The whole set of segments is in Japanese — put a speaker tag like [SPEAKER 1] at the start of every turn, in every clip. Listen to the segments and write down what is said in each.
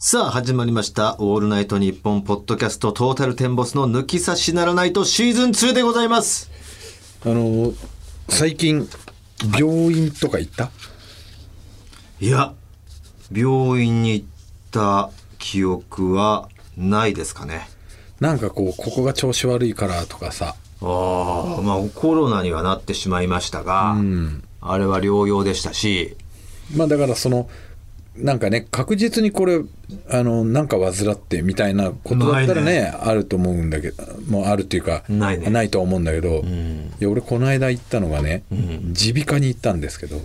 [SPEAKER 1] さあ、始まりました。オールナイトニッポンポッドキャストトータルテンボスの抜き差しならないとシーズン2でございます。
[SPEAKER 2] あの最近病院とか行った、
[SPEAKER 1] いや、病院に行った記憶はないですかね。
[SPEAKER 2] なんかこうここが調子悪いからとかさ
[SPEAKER 1] ああ、まあコロナにはなってしまいましたが、あれは療養でしたし、
[SPEAKER 2] まあだからそのなんかね確実にこれあのなんか患ってみたいなことだったら
[SPEAKER 1] ない
[SPEAKER 2] ねあると思うんだけどもうあるっていうか
[SPEAKER 1] ないね
[SPEAKER 2] とは思うんだけど、いや俺この間行ったのがね
[SPEAKER 1] ん
[SPEAKER 2] 耳鼻科に行ったんですけど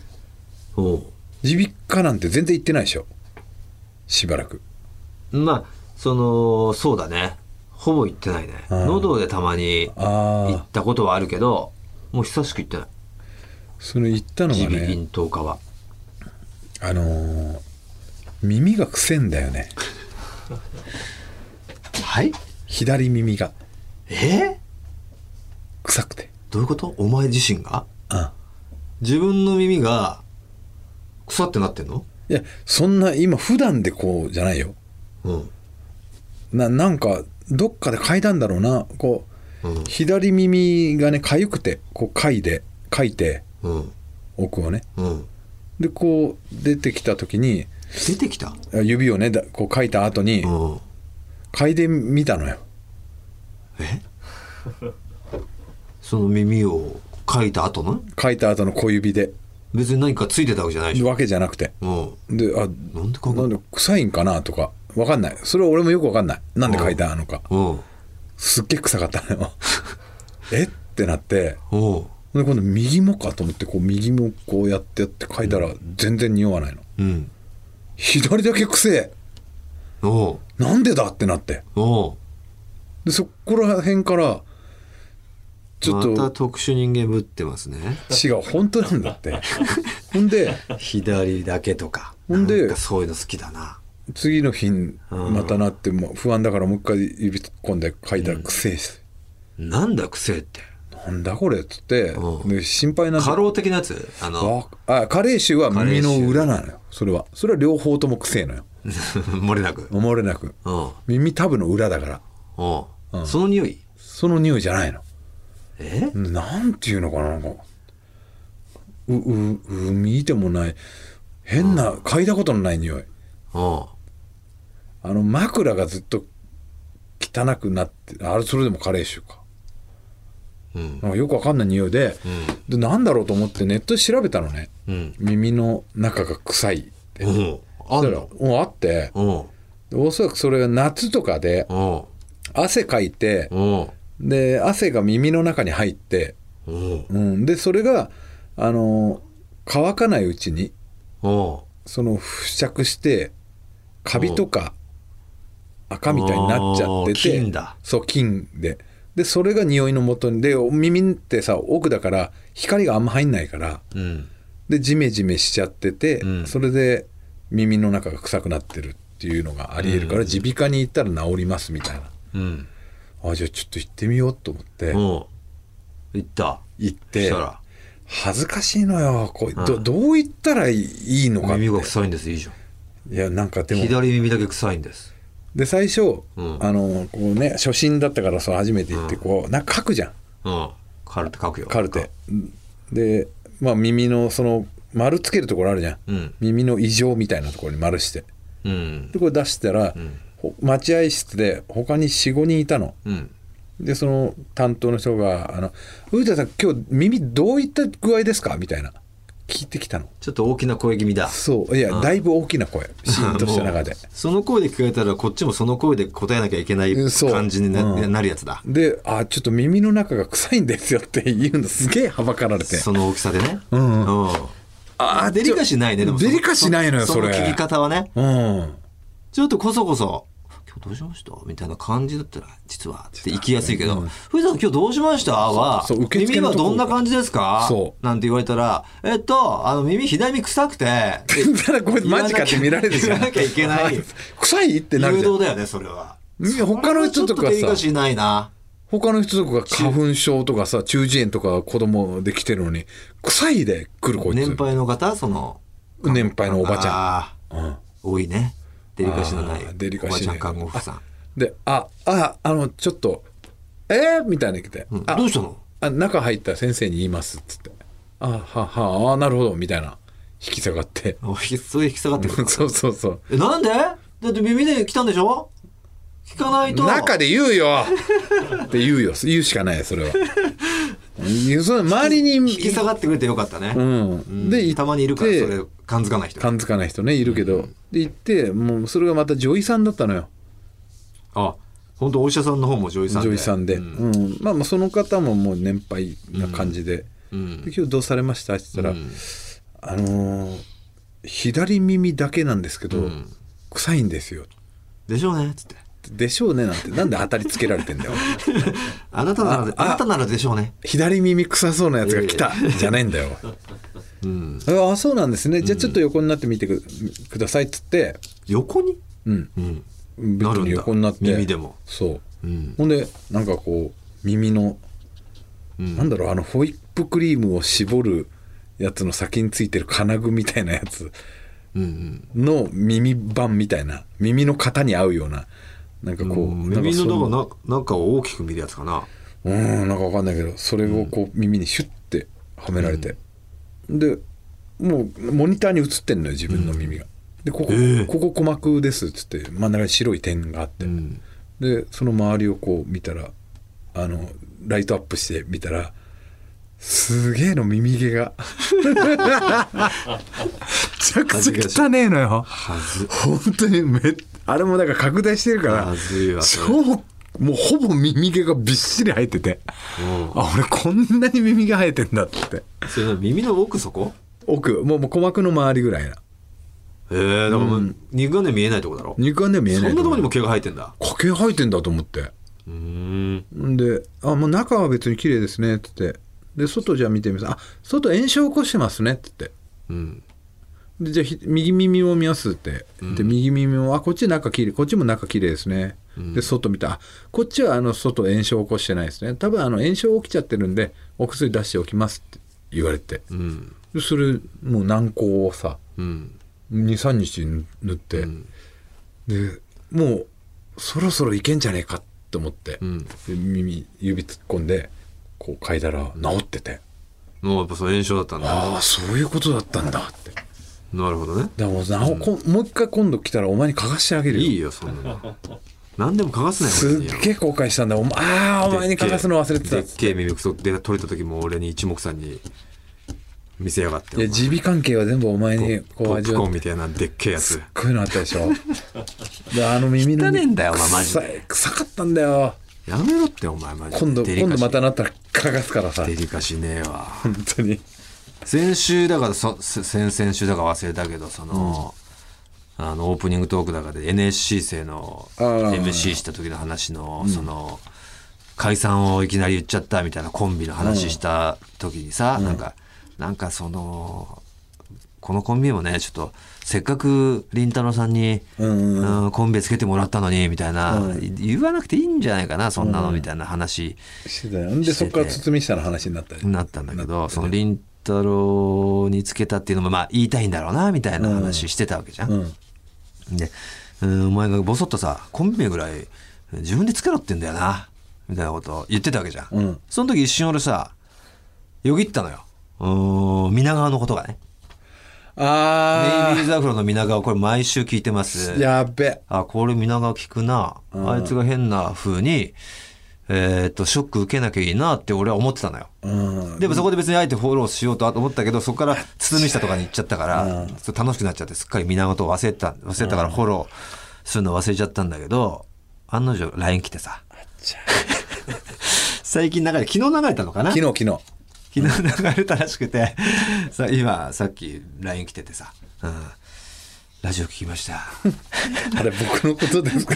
[SPEAKER 1] おう
[SPEAKER 2] 耳鼻科なんて全然行ってないでしょしばらく
[SPEAKER 1] まあ、その、そうだね。ほぼ行ってないね。
[SPEAKER 2] うん
[SPEAKER 1] 喉でたまに行
[SPEAKER 2] あ
[SPEAKER 1] っ
[SPEAKER 2] あ
[SPEAKER 1] たことはあるけど、もう久しく行ってない。
[SPEAKER 2] その行ったのが
[SPEAKER 1] 耳
[SPEAKER 2] ね
[SPEAKER 1] 鼻咽頭科は。
[SPEAKER 2] あのー耳がくせんだよね
[SPEAKER 1] はい
[SPEAKER 2] 左耳が
[SPEAKER 1] えー
[SPEAKER 2] 臭くて
[SPEAKER 1] どういうことお前自身が
[SPEAKER 2] うん
[SPEAKER 1] 自分の耳が腐ってなってんの
[SPEAKER 2] いやそんな今普段でこうじゃないよ
[SPEAKER 1] うん。
[SPEAKER 2] ななんかどっかで嗅いだんだろうなこ
[SPEAKER 1] うん
[SPEAKER 2] う。左耳がね痒くてこう嗅いで嗅いて
[SPEAKER 1] うん。
[SPEAKER 2] 奥をね
[SPEAKER 1] うん。
[SPEAKER 2] でこう出てきた時に
[SPEAKER 1] 出てきた
[SPEAKER 2] あ指をねだこう嗅いた後に
[SPEAKER 1] うん。
[SPEAKER 2] 嗅いでみたのよ
[SPEAKER 1] え その耳をかいた後の
[SPEAKER 2] 嗅いた後の小指で
[SPEAKER 1] 別に何かついてたわけじゃないでしょ
[SPEAKER 2] わけじゃなくて
[SPEAKER 1] うん。
[SPEAKER 2] であ
[SPEAKER 1] なんで嗅ぐ
[SPEAKER 2] なんで臭いんかなとかわかんないそれは俺もよくわかんないなんで嗅いだのか
[SPEAKER 1] うん。
[SPEAKER 2] すっげえ臭かったのよ えってなって
[SPEAKER 1] うん。
[SPEAKER 2] で今度右もかと思ってこう右もこうやってやって書いたら全然匂わないの
[SPEAKER 1] うん。
[SPEAKER 2] 左だけくせ
[SPEAKER 1] おう
[SPEAKER 2] えなんでだってなって
[SPEAKER 1] おう
[SPEAKER 2] でそこら辺からちょっ
[SPEAKER 1] また
[SPEAKER 2] と
[SPEAKER 1] 特殊人間ぶってますね。
[SPEAKER 2] 違う本当なんだって ほんで
[SPEAKER 1] 左だけとか。
[SPEAKER 2] ほんで
[SPEAKER 1] なかそういうの好きだな。
[SPEAKER 2] 次の日またなってもう不安だからもう一回指突っ込んで書いたらくせえし、
[SPEAKER 1] なんだ癖って。
[SPEAKER 2] なんだこれっつって
[SPEAKER 1] うん
[SPEAKER 2] で心配なん
[SPEAKER 1] 過
[SPEAKER 2] だ
[SPEAKER 1] 労的なやつあの、
[SPEAKER 2] ああ加齢臭は耳の裏なのよそれはそれは両方ともくせえのよ
[SPEAKER 1] 漏れなく。
[SPEAKER 2] 漏れなく
[SPEAKER 1] うん。
[SPEAKER 2] 耳タブの裏だから
[SPEAKER 1] う。
[SPEAKER 2] うんん
[SPEAKER 1] その匂い
[SPEAKER 2] その匂いじゃないの
[SPEAKER 1] え
[SPEAKER 2] なんていうのかななんかううう見てもない変な嗅いだことのない匂
[SPEAKER 1] う
[SPEAKER 2] い
[SPEAKER 1] ん。
[SPEAKER 2] あの枕がずっと汚くなってあれそれでも加齢臭か
[SPEAKER 1] うん。
[SPEAKER 2] なんかよくわかんない匂いで
[SPEAKER 1] うん。
[SPEAKER 2] でなんだろうと思ってネットで調べたのね
[SPEAKER 1] うん。
[SPEAKER 2] 耳の中が臭いって
[SPEAKER 1] うん。あん
[SPEAKER 2] だ
[SPEAKER 1] の
[SPEAKER 2] からうんあって
[SPEAKER 1] うん。
[SPEAKER 2] おそらくそれは夏とかで
[SPEAKER 1] うん。
[SPEAKER 2] 汗かいて
[SPEAKER 1] うん。
[SPEAKER 2] で汗が耳の中に入って、
[SPEAKER 1] うん。
[SPEAKER 2] うん、でそれがあの乾かないうちに
[SPEAKER 1] うん。
[SPEAKER 2] その付着してカビとか赤みたいになっちゃってて
[SPEAKER 1] あー菌だ
[SPEAKER 2] そう菌ででそれが匂いのもとにで耳ってさ奥だから光があんま入んないから
[SPEAKER 1] うん。
[SPEAKER 2] でジメジメしちゃってて、
[SPEAKER 1] うん
[SPEAKER 2] それで耳の中が臭くなってるっていうのがありえるから耳鼻科に行ったら治りますみたいな
[SPEAKER 1] うん。
[SPEAKER 2] あじゃあちょっと行ってみようと思って
[SPEAKER 1] うん。いった。
[SPEAKER 2] 行っ
[SPEAKER 1] そしてたら、
[SPEAKER 2] 恥ずかしいのよこうど
[SPEAKER 1] うん
[SPEAKER 2] どう言ったらいいのかって
[SPEAKER 1] 耳が
[SPEAKER 2] い
[SPEAKER 1] 臭いんです。いいじゃん。
[SPEAKER 2] やなんかでも
[SPEAKER 1] 左耳だけ臭いんです。
[SPEAKER 2] で最初、
[SPEAKER 1] うん
[SPEAKER 2] あのこうね初心だったからそう初めて行って
[SPEAKER 1] うん
[SPEAKER 2] こう、なんか書くじゃん
[SPEAKER 1] うん。カルテ書くよ。
[SPEAKER 2] カルテ。でまあ耳のその丸つけるところあるじゃん、
[SPEAKER 1] うん。
[SPEAKER 2] 耳の異常みたいなところに丸して
[SPEAKER 1] うん
[SPEAKER 2] で。これ出したら、
[SPEAKER 1] うん
[SPEAKER 2] ほ待合室で他に45人いたの
[SPEAKER 1] うん。
[SPEAKER 2] でその担当の人が「あのウータさん今日耳どういった具合ですか?」みたいな聞いてきたの
[SPEAKER 1] ちょっと大きな声気味だ。
[SPEAKER 2] そういや、だいぶ大きな声シーンとした 中で
[SPEAKER 1] その声で聞かれたら、こっちもその声で答えなきゃいけない
[SPEAKER 2] うんそう
[SPEAKER 1] 感じにな,、
[SPEAKER 2] うん
[SPEAKER 1] なるやつだ。
[SPEAKER 2] で「あちょっと耳の中が臭いんですよ」って言うのすげえはばかられて
[SPEAKER 1] その大きさでね。
[SPEAKER 2] うんうん
[SPEAKER 1] うん。ああ、デリカシーないね、でも。
[SPEAKER 2] デリカシーないのよ
[SPEAKER 1] の
[SPEAKER 2] それ
[SPEAKER 1] 聞き方はね。
[SPEAKER 2] うん
[SPEAKER 1] ちょっとこそこそ、今日どうしましたみたいな感じだったら、実は、って行きやすいけど、藤田さん今日どうしましたは、
[SPEAKER 2] そう受付
[SPEAKER 1] 耳
[SPEAKER 2] の
[SPEAKER 1] は
[SPEAKER 2] とこ
[SPEAKER 1] どんな感じですか
[SPEAKER 2] そ
[SPEAKER 1] なんて言われたら、えっと、あの、耳、左耳臭く て、
[SPEAKER 2] ただこれマジかって見られるじゃ
[SPEAKER 1] 言わ
[SPEAKER 2] ん
[SPEAKER 1] なきゃいけない。
[SPEAKER 2] 臭いってな
[SPEAKER 1] 誘
[SPEAKER 2] るじゃ
[SPEAKER 1] 導
[SPEAKER 2] ん
[SPEAKER 1] だよね、それは。
[SPEAKER 2] いや他の人とかさ
[SPEAKER 1] それはちょっデリカシーないな。
[SPEAKER 2] 他の人とかが花粉症とかさ中耳炎とか子供で来てるのに臭いで来るこいつ
[SPEAKER 1] 年配の方その
[SPEAKER 2] 年配のおばちゃん
[SPEAKER 1] あー
[SPEAKER 2] うん
[SPEAKER 1] 多いねデリカシーのない
[SPEAKER 2] あーデリカシー
[SPEAKER 1] おば
[SPEAKER 2] な
[SPEAKER 1] あ
[SPEAKER 2] い
[SPEAKER 1] ちゃん看護婦さん
[SPEAKER 2] で「あああのちょっとえー?」みたいなの来て「
[SPEAKER 1] うん
[SPEAKER 2] あ
[SPEAKER 1] どうしたの
[SPEAKER 2] あ中入った先生に言います」っつって「あははあなるほど」みたいな引き下がって
[SPEAKER 1] おひそういう引き下がってくる
[SPEAKER 2] そうそうそう
[SPEAKER 1] えなんでだって耳で来たんでしょ聞かないと
[SPEAKER 2] 中で言うよって言うよ言うしかないよそれはいやその周りに
[SPEAKER 1] 引き下がってくれてよかったね、
[SPEAKER 2] うん、で行って
[SPEAKER 1] たまにいるからそれ感づかない人
[SPEAKER 2] 感づかない人ねいるけど、で行ってもうそれがまた女医さんだったのよ
[SPEAKER 1] あ本当お医者さんの方も女医さんで
[SPEAKER 2] 女医さんで、
[SPEAKER 1] う
[SPEAKER 2] うんんまあ、まあその方ももう年配な感じで「
[SPEAKER 1] うん
[SPEAKER 2] で今日どうされました?」って言った
[SPEAKER 1] う
[SPEAKER 2] ら「
[SPEAKER 1] ん
[SPEAKER 2] あのー左耳だけなんですけど、
[SPEAKER 1] うん
[SPEAKER 2] 臭いんですよ」
[SPEAKER 1] でしょうねつって
[SPEAKER 2] でしょうね」なんてなんで当たりつけられてん だよ
[SPEAKER 1] あなたならで
[SPEAKER 2] あ
[SPEAKER 1] あ
[SPEAKER 2] あ
[SPEAKER 1] なたならでしょうね
[SPEAKER 2] 左耳臭そうなやつが来た、じゃないんだよ。
[SPEAKER 1] うん
[SPEAKER 2] ああそうなんですねじゃあちょっと横になってみてく,、くださいっつって、
[SPEAKER 1] 横に
[SPEAKER 2] うん、
[SPEAKER 1] うん
[SPEAKER 2] ベッドに横になって
[SPEAKER 1] なるんだ耳でも
[SPEAKER 2] そう
[SPEAKER 1] うん
[SPEAKER 2] ほんでなんかこう耳の、
[SPEAKER 1] うん
[SPEAKER 2] なんだろうあのホイップクリームを絞るやつの先についてる金具みたいなやつ
[SPEAKER 1] うんうん
[SPEAKER 2] の耳板みたいな耳の型に合うようななんかこう、
[SPEAKER 1] うん
[SPEAKER 2] なんか
[SPEAKER 1] 耳
[SPEAKER 2] そ
[SPEAKER 1] の
[SPEAKER 2] う
[SPEAKER 1] だからななんかを大きく見るやつかな
[SPEAKER 2] うんなんかわかんないけどそれをこう耳にシュッてはめられて、でもうモニターに映ってんのよ自分の耳が、でここ、
[SPEAKER 1] えー
[SPEAKER 2] ここ鼓膜ですっつって真ん中に白い点があって、
[SPEAKER 1] うん
[SPEAKER 2] でその周りをこう見たらあのライトアップして見たらすげえの耳 毛がめちゃくちゃ汚ねえのよ
[SPEAKER 1] はず
[SPEAKER 2] 本当にめあれもなんか拡大してるから
[SPEAKER 1] まずいわそれ
[SPEAKER 2] 超もうほぼ耳毛がびっしり生えててあ俺こんなに耳毛生えてんだって
[SPEAKER 1] それな耳の奥底
[SPEAKER 2] 奥もうもう鼓膜の周りぐらいな
[SPEAKER 1] えー、だからもう肉眼で見えないとこだろ
[SPEAKER 2] 肉眼では見え
[SPEAKER 1] そん
[SPEAKER 2] ない
[SPEAKER 1] なとこに
[SPEAKER 2] に
[SPEAKER 1] も毛が生えてんだ
[SPEAKER 2] 毛生えてんだと思って
[SPEAKER 1] うん
[SPEAKER 2] んで「あもう中は別に綺麗ですね」って言ってで外じゃあ見てみますあ外炎症起こしてますね」って言って
[SPEAKER 1] うん
[SPEAKER 2] でじゃあひ右耳を見ますって、で右耳も「あこっち中綺麗こっちも中綺麗ですね」で外見たあこっちはあの外炎症起こしてないですね多分あの炎症起きちゃってるんでお薬出しておきます」って言われて
[SPEAKER 1] うん
[SPEAKER 2] でそれもう軟膏をさ
[SPEAKER 1] うん
[SPEAKER 2] 23日塗って、
[SPEAKER 1] ん
[SPEAKER 2] でもうそろそろいけんじゃねえかと思って、
[SPEAKER 1] うん
[SPEAKER 2] で耳指突っ込んでこう嗅いだら治ってて、
[SPEAKER 1] もうやっぱそう炎症だったんだ
[SPEAKER 2] ああそういうことだったんだってだか
[SPEAKER 1] なるほどね
[SPEAKER 2] らもうなおこんもう一回今度来たらお前に嗅がしてあげるよ
[SPEAKER 1] いいよそんなの何でも嗅がすなよ
[SPEAKER 2] すっげえ後悔したんだお前ああお前に嗅がすの忘れてた
[SPEAKER 1] で
[SPEAKER 2] っ
[SPEAKER 1] っ
[SPEAKER 2] つって
[SPEAKER 1] けえ耳くそで取れた時も俺に一目散に見せやがって
[SPEAKER 2] いや耳鼻関係は全部お前に
[SPEAKER 1] ポ
[SPEAKER 2] こう
[SPEAKER 1] ッ
[SPEAKER 2] 味
[SPEAKER 1] プコー
[SPEAKER 2] わ
[SPEAKER 1] ン
[SPEAKER 2] って
[SPEAKER 1] みたいなでっけえやつ
[SPEAKER 2] こういうのあったでしょであの耳の
[SPEAKER 1] 汚ねえんだよお前マジで
[SPEAKER 2] 臭い臭かったんだよ
[SPEAKER 1] やめろってお前マジで
[SPEAKER 2] 今度
[SPEAKER 1] デリカシ
[SPEAKER 2] 今
[SPEAKER 1] ー
[SPEAKER 2] 度またなったら嗅がすからさ
[SPEAKER 1] デリカシーねえわ
[SPEAKER 2] 本当に
[SPEAKER 1] 先週だからそせ先々週だから忘れたけどその、あのオープニングトークだからで NSC 生の
[SPEAKER 2] あー
[SPEAKER 1] MC した時の話の、その解散をいきなり言っちゃったみたいなコンビの話した時にさ、なんかなんかそのこのコンビもねちょっとせっかくりんたろーさんに、
[SPEAKER 2] うんうんうん
[SPEAKER 1] うんコンビつけてもらったのにみたいな、い言わなくていいんじゃないかなそんなのみたいな話。
[SPEAKER 2] してたよでそっから堤下の話になったり
[SPEAKER 1] なったんだけどその凛太郎につけたっていうのもまあ言いたいんだろうなみたいな話してたわけじゃん。
[SPEAKER 2] うん
[SPEAKER 1] で、うん、お前がボソッとさコンビ名ぐらい自分でつけろって言うんだよなみたいなこと言ってたわけじゃん。
[SPEAKER 2] うん
[SPEAKER 1] その時一瞬俺さよぎったのよ。うーん皆川のことがね。ネ
[SPEAKER 2] あ
[SPEAKER 1] イビーズアフロの皆川これ毎週聞いてます
[SPEAKER 2] あ。やっべ
[SPEAKER 1] あこれ皆川聞くな、あいつが変な風にえーっとショック受けなきゃいいなって俺は思ってたのよ。
[SPEAKER 2] うん
[SPEAKER 1] でもそこで別にあえてフォローしようと思ったけど、そこから堤下とかに行っちゃったから、ちょっと楽しくなっちゃって、すっかり皆のことを忘れてた、忘れてたからフォローするの忘れちゃったんだけど、案の定 LINE 来てさ、
[SPEAKER 2] ちゃ
[SPEAKER 1] 最近流れ、昨日流れたのかな
[SPEAKER 2] 昨日昨日
[SPEAKER 1] 昨日流れたらしくて、さ今さっき LINE 来ててさ、うん、ラジオ聞きま した。
[SPEAKER 2] あれ僕のことですか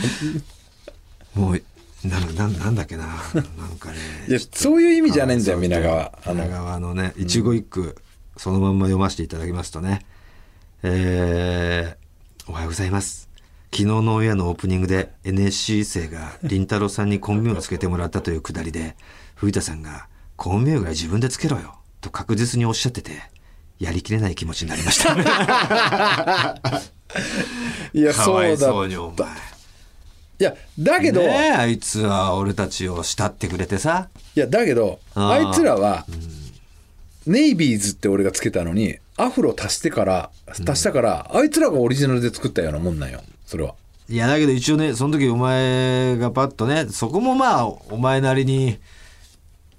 [SPEAKER 1] もう、なんなんなんだっけな、なんかね。
[SPEAKER 2] いやそういう意味じゃねえんだよ皆川あ
[SPEAKER 1] 品
[SPEAKER 2] の
[SPEAKER 1] 川のね一期一句そのまんま読ませていただきますとね、えーおはようございます昨日の親のオープニングで NSC 生が凛太郎さんにコンビ名をつけてもらったというくだりで藤田さんが「コンビ名ぐらい自分でつけろよ」と確実におっしゃっててやりきれない気持ちになりました。
[SPEAKER 2] いや
[SPEAKER 1] かわ
[SPEAKER 2] そう
[SPEAKER 1] い
[SPEAKER 2] だ
[SPEAKER 1] そうにお前。
[SPEAKER 2] いやだけど、
[SPEAKER 1] ねえあいつは俺たちを慕ってくれてさ。
[SPEAKER 2] いやだけど
[SPEAKER 1] あ
[SPEAKER 2] あ
[SPEAKER 1] ー
[SPEAKER 2] いつらは、ネイビーズって俺がつけたのにアフロ足してから足したから、あいつらがオリジナルで作ったようなもんなんよそれはい
[SPEAKER 1] やだけど一応ねその時お前がパッとねそこもまあお前なりに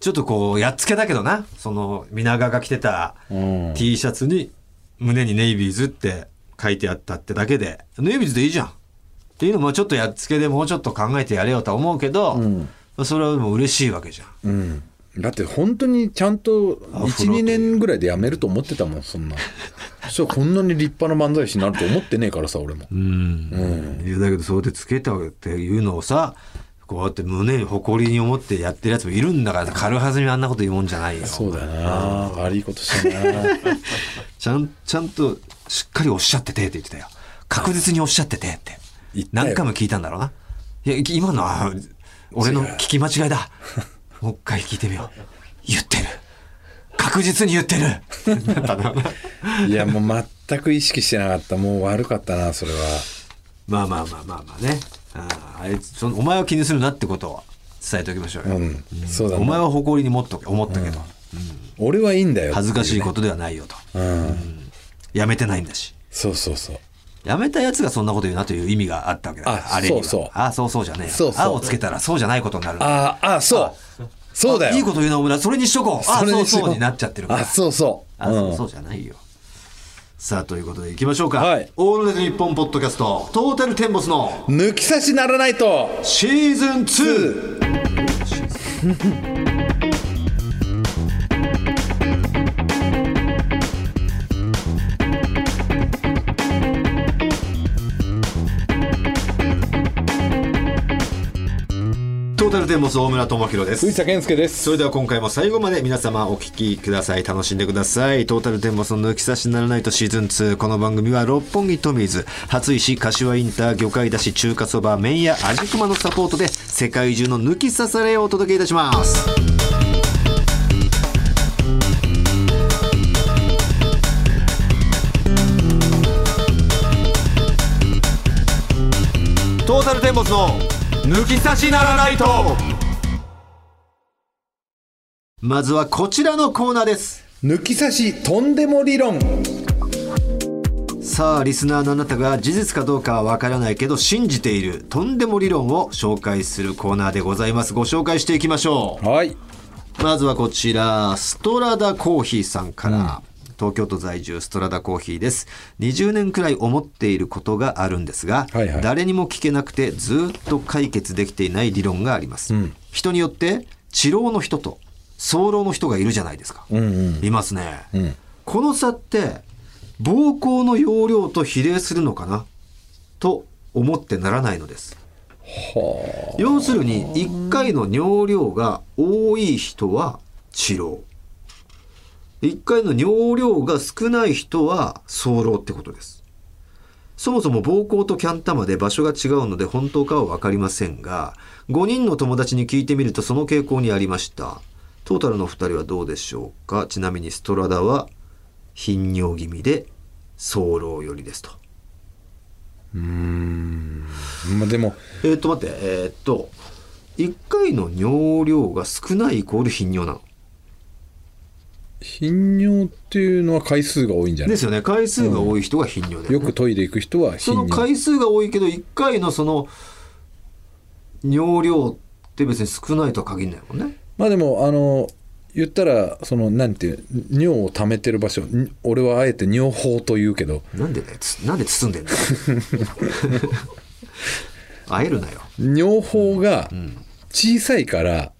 [SPEAKER 1] ちょっとこうやっつけだけどなその皆川が着てた
[SPEAKER 2] うん
[SPEAKER 1] T シャツに胸にネイビーズって書いてあったってだけでネイビーズでいいじゃんっていうのもちょっとやっつけでもうちょっと考えてやれよとは思うけど、それはでも嬉しいわけじゃん。
[SPEAKER 2] うんだって本当にちゃんと
[SPEAKER 1] アフロという
[SPEAKER 2] 12年ぐらいでやめると思ってたもんそんなそうこんなに立派な漫才師になると思ってねえからさ 俺も
[SPEAKER 1] うん、いやだけどそうやってつけたっていうのをさこうやって胸に誇りに思ってやってるやつもいるんだから軽はずみあんなこと言うもんじゃないよ
[SPEAKER 2] そうだよな悪いことした な
[SPEAKER 1] ちゃんちゃんとしっかりおっしゃっててって言ってたよ確実におっしゃっててって
[SPEAKER 2] 言ったよ
[SPEAKER 1] 何回も聞いたんだろうないや今のは俺の聞き間違い だもう一回聞いてみよう言ってる確実に言ってる だったの
[SPEAKER 2] いやもう全く意識してなかったもう悪かったなそれは
[SPEAKER 1] まあまあまあまあまあねあーあいつそのお前は気にするなってことは伝えておきましょうよ、
[SPEAKER 2] うんそうだ
[SPEAKER 1] お前
[SPEAKER 2] な
[SPEAKER 1] は誇りに持っとけ思ったけど、
[SPEAKER 2] 俺はいいんだよ
[SPEAKER 1] 恥ずかしいこととではないよと、
[SPEAKER 2] うん
[SPEAKER 1] やめてないんだし
[SPEAKER 2] そうそうそう
[SPEAKER 1] やめたやつがそんなこと言うなという意味があったわけだから
[SPEAKER 2] あ
[SPEAKER 1] あれには
[SPEAKER 2] そうそう
[SPEAKER 1] あそうそうじゃねえ
[SPEAKER 2] そうそう
[SPEAKER 1] あをつけたらそうじゃないことになる
[SPEAKER 2] あーあーそうそうだよ
[SPEAKER 1] いいこと言うなお前らそれにしとこうあ
[SPEAKER 2] れ
[SPEAKER 1] そう
[SPEAKER 2] にしよ
[SPEAKER 1] そうになっちゃってるから
[SPEAKER 2] あそうそう
[SPEAKER 1] あそう
[SPEAKER 2] うん
[SPEAKER 1] そうじゃないよさあということでいきましょうか、
[SPEAKER 2] はい
[SPEAKER 1] オールナイトニッポンポッドキャストトータルテンボスの
[SPEAKER 2] 抜き差しならないと
[SPEAKER 1] シーズン 2! トータルテンボス大村智弘です
[SPEAKER 2] 藤田健介で
[SPEAKER 1] そ
[SPEAKER 2] す
[SPEAKER 1] れでは今回も最後まで皆様お聞きください楽しんでくださいトータルテンボスの抜き差しならないとシーズン2この番組は六本木トミーズ初石柏インター魚介だし中華そば麺屋味熊のサポートで世界中の抜き差されをお届けいたしますトータルテンボスの抜き差しならないとまずはこちらのコーナーです
[SPEAKER 2] 抜き差しとんでも理論
[SPEAKER 1] さあリスナーのあなたが事実かどうかはわからないけど信じているとんでも理論を紹介するコーナーでございますご紹介していきましょ
[SPEAKER 2] はい、
[SPEAKER 1] うまずはこちらストラダコーヒーさんから、東京都在住ストラダコーヒーです20年くらい思っていることがあるんですが、
[SPEAKER 2] はいはい
[SPEAKER 1] 誰にも聞けなくてずっと解決できていない理論があります、人によって治療の人と早漏の人がいるじゃないですか、
[SPEAKER 2] うんうん、
[SPEAKER 1] いますね、
[SPEAKER 2] ん
[SPEAKER 1] この差って膀胱の容量と比例するのかなと思ってならないのです
[SPEAKER 2] は
[SPEAKER 1] 要するに1回の尿量が多い人は治療1回の尿量が少ない人は早漏ってことですそもそも膀胱とキャン玉で場所が違うので本当かは分かりませんが5人の友達に聞いてみるとその傾向にありましたトータルの2人はどうでしょうかちなみにストラダは頻尿気味で早漏よりですと
[SPEAKER 2] あまあでも
[SPEAKER 1] えーっと待って、えーっと、1回の尿量が少ないイコール頻尿なの。
[SPEAKER 2] 頻尿っていうのは回数が多いんじゃな
[SPEAKER 1] で
[SPEAKER 2] い
[SPEAKER 1] すよね。回数が多い人が頻尿で、
[SPEAKER 2] よくトイレ行く人は
[SPEAKER 1] その
[SPEAKER 2] 頻尿
[SPEAKER 1] 回数が多いけど、1回のその、尿量って別に少ないとは限らないもんね。
[SPEAKER 2] まあでもあの言ったらそのなんていう尿を溜めてる場所ん俺はあえて尿法と言うけど
[SPEAKER 1] なんでね、つなんで包んでんの 会えるなよ。
[SPEAKER 2] 尿法が小さいから、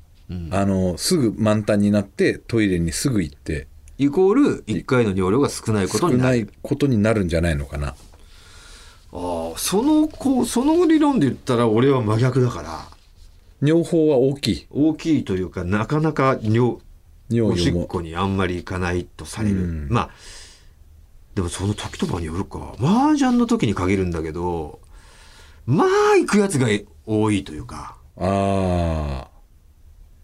[SPEAKER 2] あのすぐ満タンになってトイレにすぐ行って
[SPEAKER 1] イコール1回の尿量が少ないこ
[SPEAKER 2] 少
[SPEAKER 1] とにな
[SPEAKER 2] な
[SPEAKER 1] る。
[SPEAKER 2] いことになるんじゃないのかな
[SPEAKER 1] ああ、その子、その理論で言ったら俺は真逆だから、
[SPEAKER 2] 尿法は大きい
[SPEAKER 1] 大きいというか、なかなか尿、お
[SPEAKER 2] 尿
[SPEAKER 1] し
[SPEAKER 2] 量
[SPEAKER 1] っ
[SPEAKER 2] も
[SPEAKER 1] こにあんまり行かないとされる、
[SPEAKER 2] うん
[SPEAKER 1] まあでもその時とかによるか麻雀の時に限るんだけどまあ行くやつが多いというか
[SPEAKER 2] ああ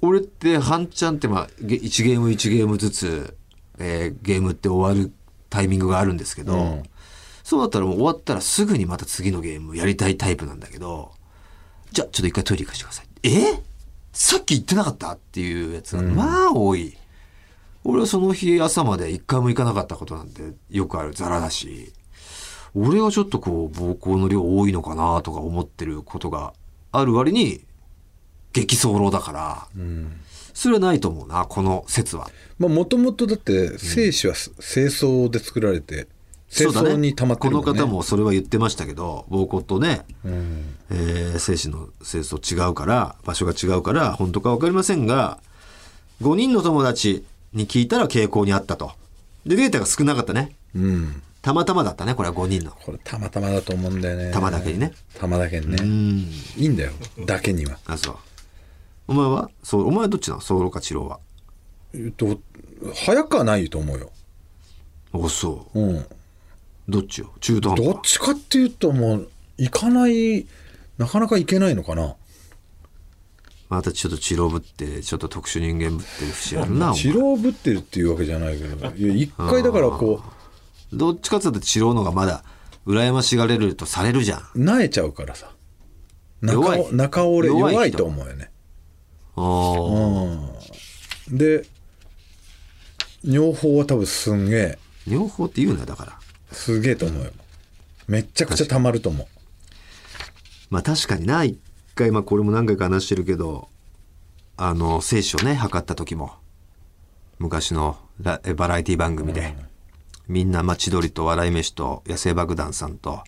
[SPEAKER 1] 俺って半ちゃんってまあげ1ゲーム1ゲームずつ、えーゲームって終わるタイミングがあるんですけど、
[SPEAKER 2] うん
[SPEAKER 1] そうだったらもう終わったらすぐにまた次のゲームやりたいタイプなんだけど、じゃあちょっと一回トイレ行かせてください。えさっき言ってなかったっていうやつが、まあ多い。俺はその日朝まで一回も行かなかったことなんてよくあるザラだし、俺がちょっとこう暴行の量多いのかなとか思ってることがある割に、激走路だから、
[SPEAKER 2] うん
[SPEAKER 1] それはないと思うな、この説は。
[SPEAKER 2] まあもともとだって精子は清掃で作られて清
[SPEAKER 1] そうだね
[SPEAKER 2] 掃に溜まってるもんね
[SPEAKER 1] この方もそれは言ってましたけど、膀胱とね、
[SPEAKER 2] うん
[SPEAKER 1] えー精子の清掃違うから、場所が違うから、本当か分かりませんが、5人の友達に聞いたら傾向にあったと。で、データが少なかったね。
[SPEAKER 2] うん
[SPEAKER 1] たまたまだったね、これは5人の。
[SPEAKER 2] これたまたまだと思うんだよね
[SPEAKER 1] たまだけにね
[SPEAKER 2] たまだけに
[SPEAKER 1] う
[SPEAKER 2] ね
[SPEAKER 1] ん。
[SPEAKER 2] いいんだよだけには
[SPEAKER 1] あ、そう。お前はそう、お前どっちなの早漏か治療は。
[SPEAKER 2] えっと早くはないと思うよ
[SPEAKER 1] お、そう。
[SPEAKER 2] うん
[SPEAKER 1] どっちよ中途半端
[SPEAKER 2] どっちかっていうともう行かないなかなか行けないのかな
[SPEAKER 1] またちょっと治療ぶって、ちょっと特殊人間ぶってる節あるな、お前
[SPEAKER 2] 治療ぶってるっていうわけじゃないけどいや一回だからこ
[SPEAKER 1] どっちかっていうと治療の方がまだ、羨ましがれるとされるじゃん。
[SPEAKER 2] うなえちゃうからさ中
[SPEAKER 1] 弱
[SPEAKER 2] を
[SPEAKER 1] い
[SPEAKER 2] 中折れ
[SPEAKER 1] 弱い人
[SPEAKER 2] 弱いと思うよね
[SPEAKER 1] おー
[SPEAKER 2] うんで尿法は多分すんげえ
[SPEAKER 1] 尿法って言うんだよ、だから。
[SPEAKER 2] すげえと思うよめっちゃくちゃたまると思う
[SPEAKER 1] まあ確かにな、一回、まあこれも何回か話してるけど、あの、精子をね、測った時も、昔のラえバラエティ番組で、みんな、まあ千鳥と笑い飯と野生爆弾さんと、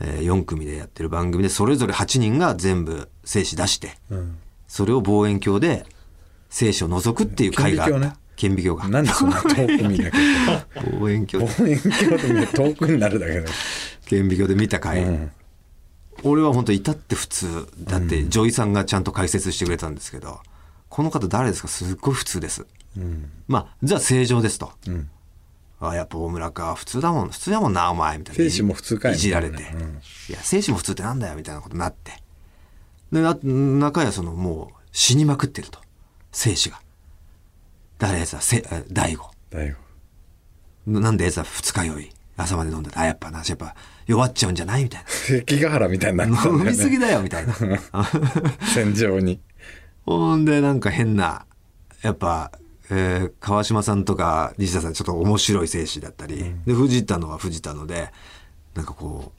[SPEAKER 1] え4組でやってる番組で、それぞれ8人が全部精子出して、
[SPEAKER 2] うん
[SPEAKER 1] それを望遠鏡で精子を覗くっていう回があった。顕微鏡が。
[SPEAKER 2] なんでそんな遠く見なきゃいけない
[SPEAKER 1] 望遠鏡で
[SPEAKER 2] 望遠鏡で見て遠くになるだけだよ
[SPEAKER 1] 顕微鏡で見た回、
[SPEAKER 2] うん
[SPEAKER 1] 俺は本当至って普通だって女医さんがちゃんと解説してくれたんですけど、この方誰ですかすっごい普通です、まあじゃあ正常ですと、あやっぱ大村か普通だもん普通だもんなお前みたいな
[SPEAKER 2] 精子も普通かい
[SPEAKER 1] いじられて、
[SPEAKER 2] みたいなね
[SPEAKER 1] いや精子も普通ってなんだよみたいなことになってでな中谷はそのもう死にまくってると精子が誰させえ大悟
[SPEAKER 2] だよ
[SPEAKER 1] なんでさ二日酔い朝まで飲んでたあやっぱなやっぱ弱っちゃうんじゃないみたいな
[SPEAKER 2] 関ヶ原みたいになってたん
[SPEAKER 1] 飲
[SPEAKER 2] だよ
[SPEAKER 1] みす
[SPEAKER 2] ね
[SPEAKER 1] ぎだよみたいな
[SPEAKER 2] 戦場に
[SPEAKER 1] ほんでなんか変なやっぱ、えー川島さんとか西田さんちょっと面白い精子だったり、で藤田のは藤田のでなんかこ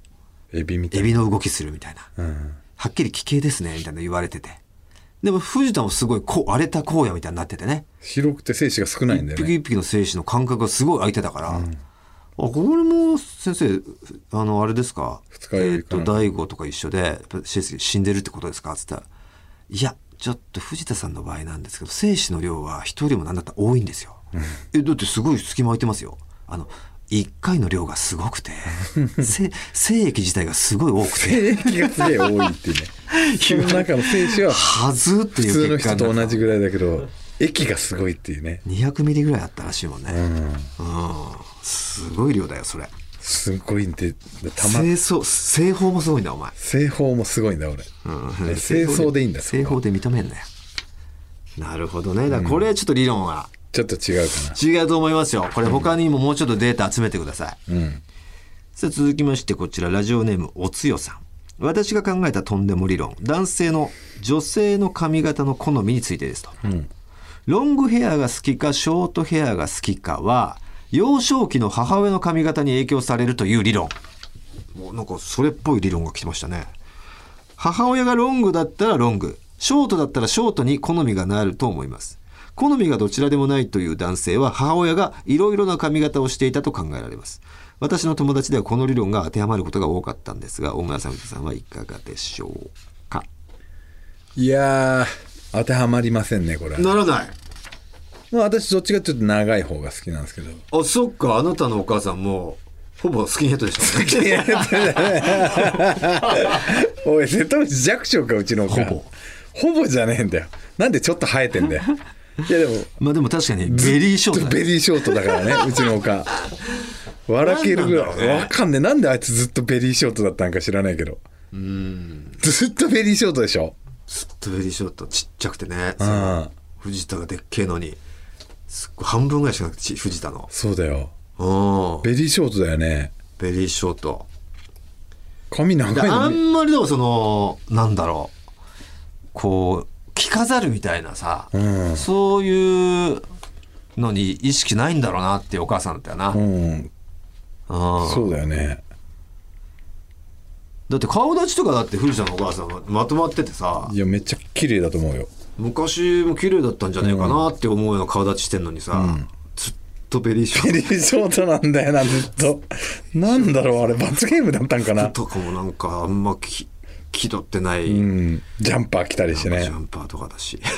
[SPEAKER 2] エビみ
[SPEAKER 1] う
[SPEAKER 2] た
[SPEAKER 1] エ
[SPEAKER 2] いな
[SPEAKER 1] ビの動きするみたいな、
[SPEAKER 2] うん
[SPEAKER 1] はっきり奇形ですねみたいなの言われててでも藤田もすごいこう荒れた荒野みたいになっててね
[SPEAKER 2] 広くて精子が少ないんだ
[SPEAKER 1] 一
[SPEAKER 2] よ
[SPEAKER 1] 匹
[SPEAKER 2] ね
[SPEAKER 1] 一匹の精子の感覚がすごい空いてたから、あこれも先生あのあれですか
[SPEAKER 2] 二日酔い
[SPEAKER 1] えっ
[SPEAKER 2] か
[SPEAKER 1] と
[SPEAKER 2] な
[SPEAKER 1] 大悟とか一緒でやっぱ死死んでるってことですか?」っつったら「いやちょっと藤田さんの場合なんですけど精子の量は人よりも何だったら多いんですよ」え「だってすごい隙間空いてますよ」あの1回の量がすごく てせ精液自体がすごい多くて
[SPEAKER 2] 精液がすげえ多いっていうね その中の精子は
[SPEAKER 1] はずって
[SPEAKER 2] 普
[SPEAKER 1] い
[SPEAKER 2] 通
[SPEAKER 1] う
[SPEAKER 2] の
[SPEAKER 1] 結果
[SPEAKER 2] 人
[SPEAKER 1] にな
[SPEAKER 2] と
[SPEAKER 1] っ
[SPEAKER 2] 同じぐらいだけど液がすごいっていうね
[SPEAKER 1] 200ミリぐらいあったらしいもんね、
[SPEAKER 2] うん
[SPEAKER 1] うん、すごい量だよそれ。
[SPEAKER 2] すごいんでたま
[SPEAKER 1] 清掃製法もすごいんだお前、
[SPEAKER 2] 製法もすごいんだ俺、
[SPEAKER 1] う
[SPEAKER 2] え清掃でいいんだ
[SPEAKER 1] 製法で認めんだよなるほどねだからこれちょっと理論は
[SPEAKER 2] ちょっと違うかな
[SPEAKER 1] 違うと思いますよこれ他にももうちょっとデータ集めてください、
[SPEAKER 2] うん
[SPEAKER 1] さあ続きましてこちらラジオネームおつよさん私が考えたとんでも理論男性の女性の髪型の好みについてですと、ロングヘアが好きかショートヘアが好きかは幼少期の母親の髪型に影響されるという理論もうなんかそれっぽい理論が来てましたね母親がロングだったらロングショートだったらショートに好みがなると思います好みがどちらでもないという男性は母親がいろいろな髪型をしていたと考えられます私の友達ではこの理論が当てはまることが多かったんですが大村さん藤田さんはいかがでしょうか
[SPEAKER 2] いやー当てはまりませんねこれは
[SPEAKER 1] ならない
[SPEAKER 2] まあ私どっちかっていうと長い方が好きなんですけど
[SPEAKER 1] あそっかあなたのお母さんもほぼスキンヘッドでしたね
[SPEAKER 2] おい瀬戸内弱小かうちのほ
[SPEAKER 1] ほぼ
[SPEAKER 2] ほぼじゃねえんだよなんでちょっと生えてん だよいやでも
[SPEAKER 1] まあでも確かにベリーショートだ
[SPEAKER 2] ベ
[SPEAKER 1] ね
[SPEAKER 2] リーショートだから ねうちのおか笑けるぐら
[SPEAKER 1] なんなんだろう
[SPEAKER 2] い
[SPEAKER 1] ね
[SPEAKER 2] わかんねえなんであいつずっとベリーショートだったんか知らないけどずっとベリーショートでしょ
[SPEAKER 1] ずっとベリーショートちっちゃくてね
[SPEAKER 2] うん
[SPEAKER 1] 藤田がでっけえのにすっごい半分ぐらいしかなくてち藤田の
[SPEAKER 2] そうだよ
[SPEAKER 1] うん
[SPEAKER 2] ベリーショートだよね
[SPEAKER 1] ベリーショート
[SPEAKER 2] 髪長
[SPEAKER 1] で
[SPEAKER 2] い
[SPEAKER 1] あ
[SPEAKER 2] のに
[SPEAKER 1] んまりでもそのなんだろうこう着飾るみたいなさ、
[SPEAKER 2] うん
[SPEAKER 1] そういうのに意識ないんだろうなっていうお母さんだったよな、
[SPEAKER 2] うん
[SPEAKER 1] うん
[SPEAKER 2] そうだよね
[SPEAKER 1] だって顔立ちとかだって古ちゃんのお母さんはまとまっててさ
[SPEAKER 2] いやめっちゃ綺麗だと思うよ
[SPEAKER 1] 昔も綺麗だったんじゃねえかなって思うような顔立ちしてんのにさ、ずっとベリーショー
[SPEAKER 2] ベリーショートなんだよなずっとなんだろうあれ罰ゲームだったんかな
[SPEAKER 1] トとかもなんかあんまき気取ってない、
[SPEAKER 2] うんジャンパー着たりして
[SPEAKER 1] ジ
[SPEAKER 2] ね
[SPEAKER 1] ャンパーとかだし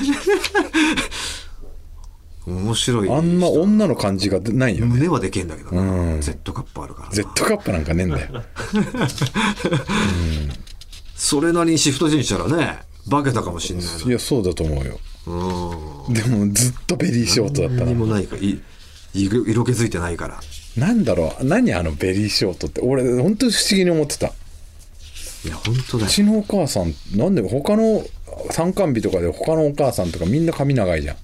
[SPEAKER 1] 面白い
[SPEAKER 2] あんな女の感じがないよね
[SPEAKER 1] 胸はでけえんだけどな、
[SPEAKER 2] うん
[SPEAKER 1] Z カップあるからな
[SPEAKER 2] Z カップなんかねえんだよ
[SPEAKER 1] それなりにシフトチェンジしたらね化けたかもしんないない
[SPEAKER 2] やそうだと思うよ
[SPEAKER 1] うん
[SPEAKER 2] でもずっとベリーショートだった
[SPEAKER 1] 何
[SPEAKER 2] な
[SPEAKER 1] もないからい色色気づいてないから
[SPEAKER 2] なんだろう何あのベリーショートって俺本当に不思議に思ってた
[SPEAKER 1] いや本当だ
[SPEAKER 2] う
[SPEAKER 1] よ
[SPEAKER 2] ちのお母さんなんで他の参観日とかで他のお母さんとかみんな髪長いじゃん、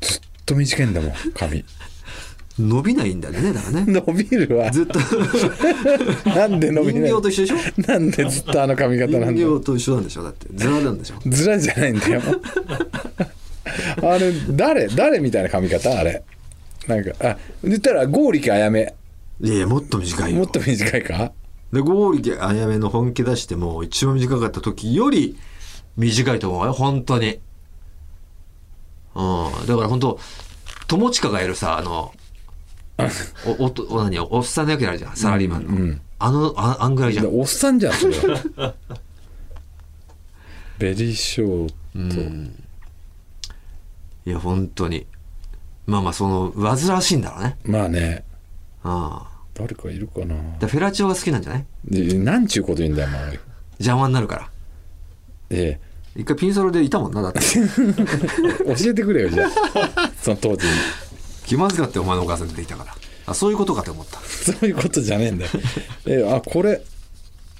[SPEAKER 2] ずっと短いんだもん髪
[SPEAKER 1] 伸びないんだねだからね
[SPEAKER 2] 伸びるわ
[SPEAKER 1] ずっと
[SPEAKER 2] なんで伸び
[SPEAKER 1] 人
[SPEAKER 2] ない
[SPEAKER 1] 形と一緒でしょ
[SPEAKER 2] なんでずっとあの髪型なんだ
[SPEAKER 1] 人形と一緒なんでしょだってずらなんでしょ
[SPEAKER 2] ずらじゃないんだ よあれ誰誰みたいな髪型あれなんかあ言ったら剛力あやめ
[SPEAKER 1] いやいやもっと短いよ
[SPEAKER 2] もっと短いか
[SPEAKER 1] で剛力あやめの本気出しても一番短かった時より短いと思うよ本当にうんだから本当友近がやるさあのおおとお何おっさんの役やるじゃんサラリーマンの、あのああんぐらいじゃん
[SPEAKER 2] おっさんじゃんそれは ベリーショート、
[SPEAKER 1] いや本当にまあまあその煩わしいんだろうね
[SPEAKER 2] まあね
[SPEAKER 1] あ
[SPEAKER 2] 誰かいるかな
[SPEAKER 1] あフェラチオが好きなんじゃない
[SPEAKER 2] でなんちゅうこと言うんだよもう
[SPEAKER 1] 邪魔になるから
[SPEAKER 2] え
[SPEAKER 1] 一回ピンソロでいたもんなだ って
[SPEAKER 2] え教えてくれよじゃあ その当時に
[SPEAKER 1] 気まずかってお前のお母さん出てきたからあそういうことかと思った
[SPEAKER 2] そういうことじゃねえんだよええあこれ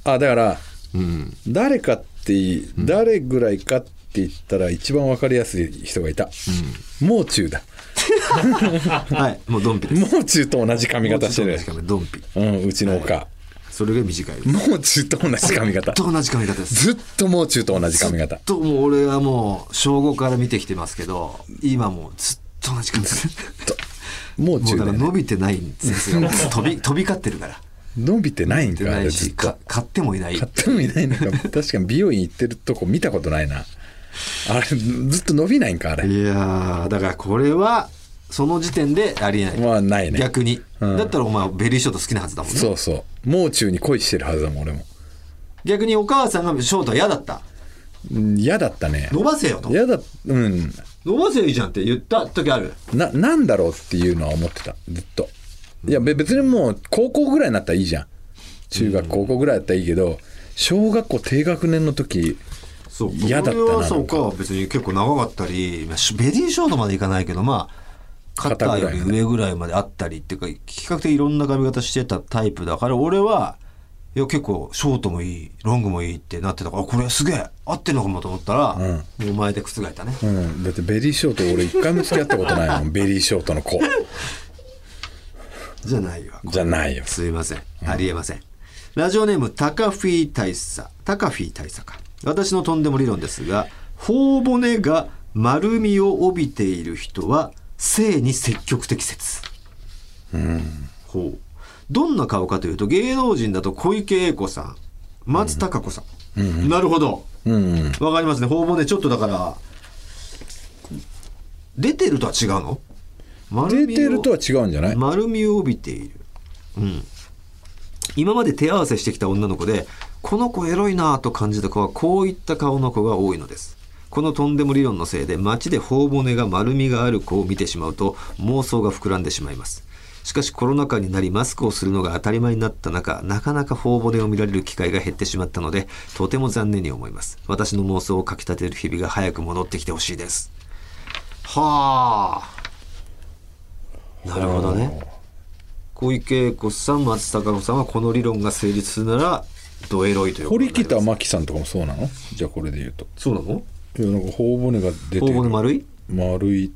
[SPEAKER 2] あだから
[SPEAKER 1] うん
[SPEAKER 2] 誰かってい誰ぐらいかって言ったら一番わかりやすい人がいた、もう中だ
[SPEAKER 1] はいもうドンピです
[SPEAKER 2] もう中と同じ髪型してる
[SPEAKER 1] しかもドンピ
[SPEAKER 2] うんうちのおか、
[SPEAKER 1] それが短いです
[SPEAKER 2] もう中と同じ 髪型
[SPEAKER 1] と同じ髪型です
[SPEAKER 2] ずっともう中と同じ髪型
[SPEAKER 1] ともう俺はもう小5から見てきてますけど今もうずっと同じ髪型
[SPEAKER 2] ともう
[SPEAKER 1] も
[SPEAKER 2] 中
[SPEAKER 1] う
[SPEAKER 2] だ
[SPEAKER 1] だから
[SPEAKER 2] よね、
[SPEAKER 1] 伸びてないんですよ飛び飛び交ってるから
[SPEAKER 2] 伸びてないん
[SPEAKER 1] で
[SPEAKER 2] かあ
[SPEAKER 1] な
[SPEAKER 2] れ
[SPEAKER 1] い
[SPEAKER 2] ず
[SPEAKER 1] し
[SPEAKER 2] っと
[SPEAKER 1] か買ってもいない
[SPEAKER 2] 買ってもいな いのか確かに美容院行ってるとこ見たことないなあれずっと伸びないんかあれ
[SPEAKER 1] いやーだからこれはその時点でありえない、
[SPEAKER 2] まあないね
[SPEAKER 1] 逆に、
[SPEAKER 2] うん
[SPEAKER 1] だったらお前ベリーショート好きなはずだもんね
[SPEAKER 2] そうそうもう中に恋してるはずだもん俺も
[SPEAKER 1] 逆にお母さんがショートは嫌だった
[SPEAKER 2] うん嫌だったね
[SPEAKER 1] 伸ばせよと
[SPEAKER 2] 嫌だうん
[SPEAKER 1] 伸ばせよいいじゃんって言った時ある
[SPEAKER 2] ななんだろうっていうのは思ってたずっといやべ別にもう高校ぐらいになったらいいじゃん中学高校ぐらいだったらいいけど小学校低学年の時
[SPEAKER 1] そう
[SPEAKER 2] 嫌だったな
[SPEAKER 1] 僕はそ
[SPEAKER 2] なん
[SPEAKER 1] う
[SPEAKER 2] か
[SPEAKER 1] かは別に結構長かったりまあベリーショートまでいかないけどまあ肩より上ぐらいまであったりっていうか比較的いろんな髪型してたタイプだから俺はいや結構ショートもいいロングもいいってなってたからあこれすげえ合ってんのかもと思ったら、お前で覆ったね
[SPEAKER 2] うんだってベリーショート俺一回も付き合ったことないもんベリーショートの子
[SPEAKER 1] じゃないわ
[SPEAKER 2] じゃないよ
[SPEAKER 1] すいません。ありえません。ラジオネーム、タカフィー大佐。タカフィー大佐か。私のとんでも理論ですが、頬骨が丸みを帯びている人は、性に積極的説。ほう。どんな顔かというと、芸能人だと小池栄子さん、松たか子さん。なるほど。
[SPEAKER 2] うん
[SPEAKER 1] わかりますね。頬骨ちょっとだから、出てるとは違うの
[SPEAKER 2] 出
[SPEAKER 1] 丸みを
[SPEAKER 2] てるとは違うんじゃない
[SPEAKER 1] 丸みを帯びている、うん、今まで手合わせしてきた女の子でこの子エロいなぁと感じた子はこういった顔の子が多いのですこのとんでも理論のせいで街で頬骨が丸みがある子を見てしまうと妄想が膨らんでしまいますしかしコロナ禍になりマスクをするのが当たり前になった中なかなか頬骨を見られる機会が減ってしまったのでとても残念に思います私の妄想をかきたてる日々が早く戻ってきてほしいですはあなるほどね小池栄子さん松たか子さんはこの理論が成立するならドエロいということに
[SPEAKER 2] 堀
[SPEAKER 1] なります
[SPEAKER 2] 北真希さんとかもそうなのじゃあこれで言うと
[SPEAKER 1] そうなの
[SPEAKER 2] いやなんか頬骨が出て
[SPEAKER 1] 頬
[SPEAKER 2] る
[SPEAKER 1] 骨丸い
[SPEAKER 2] 丸い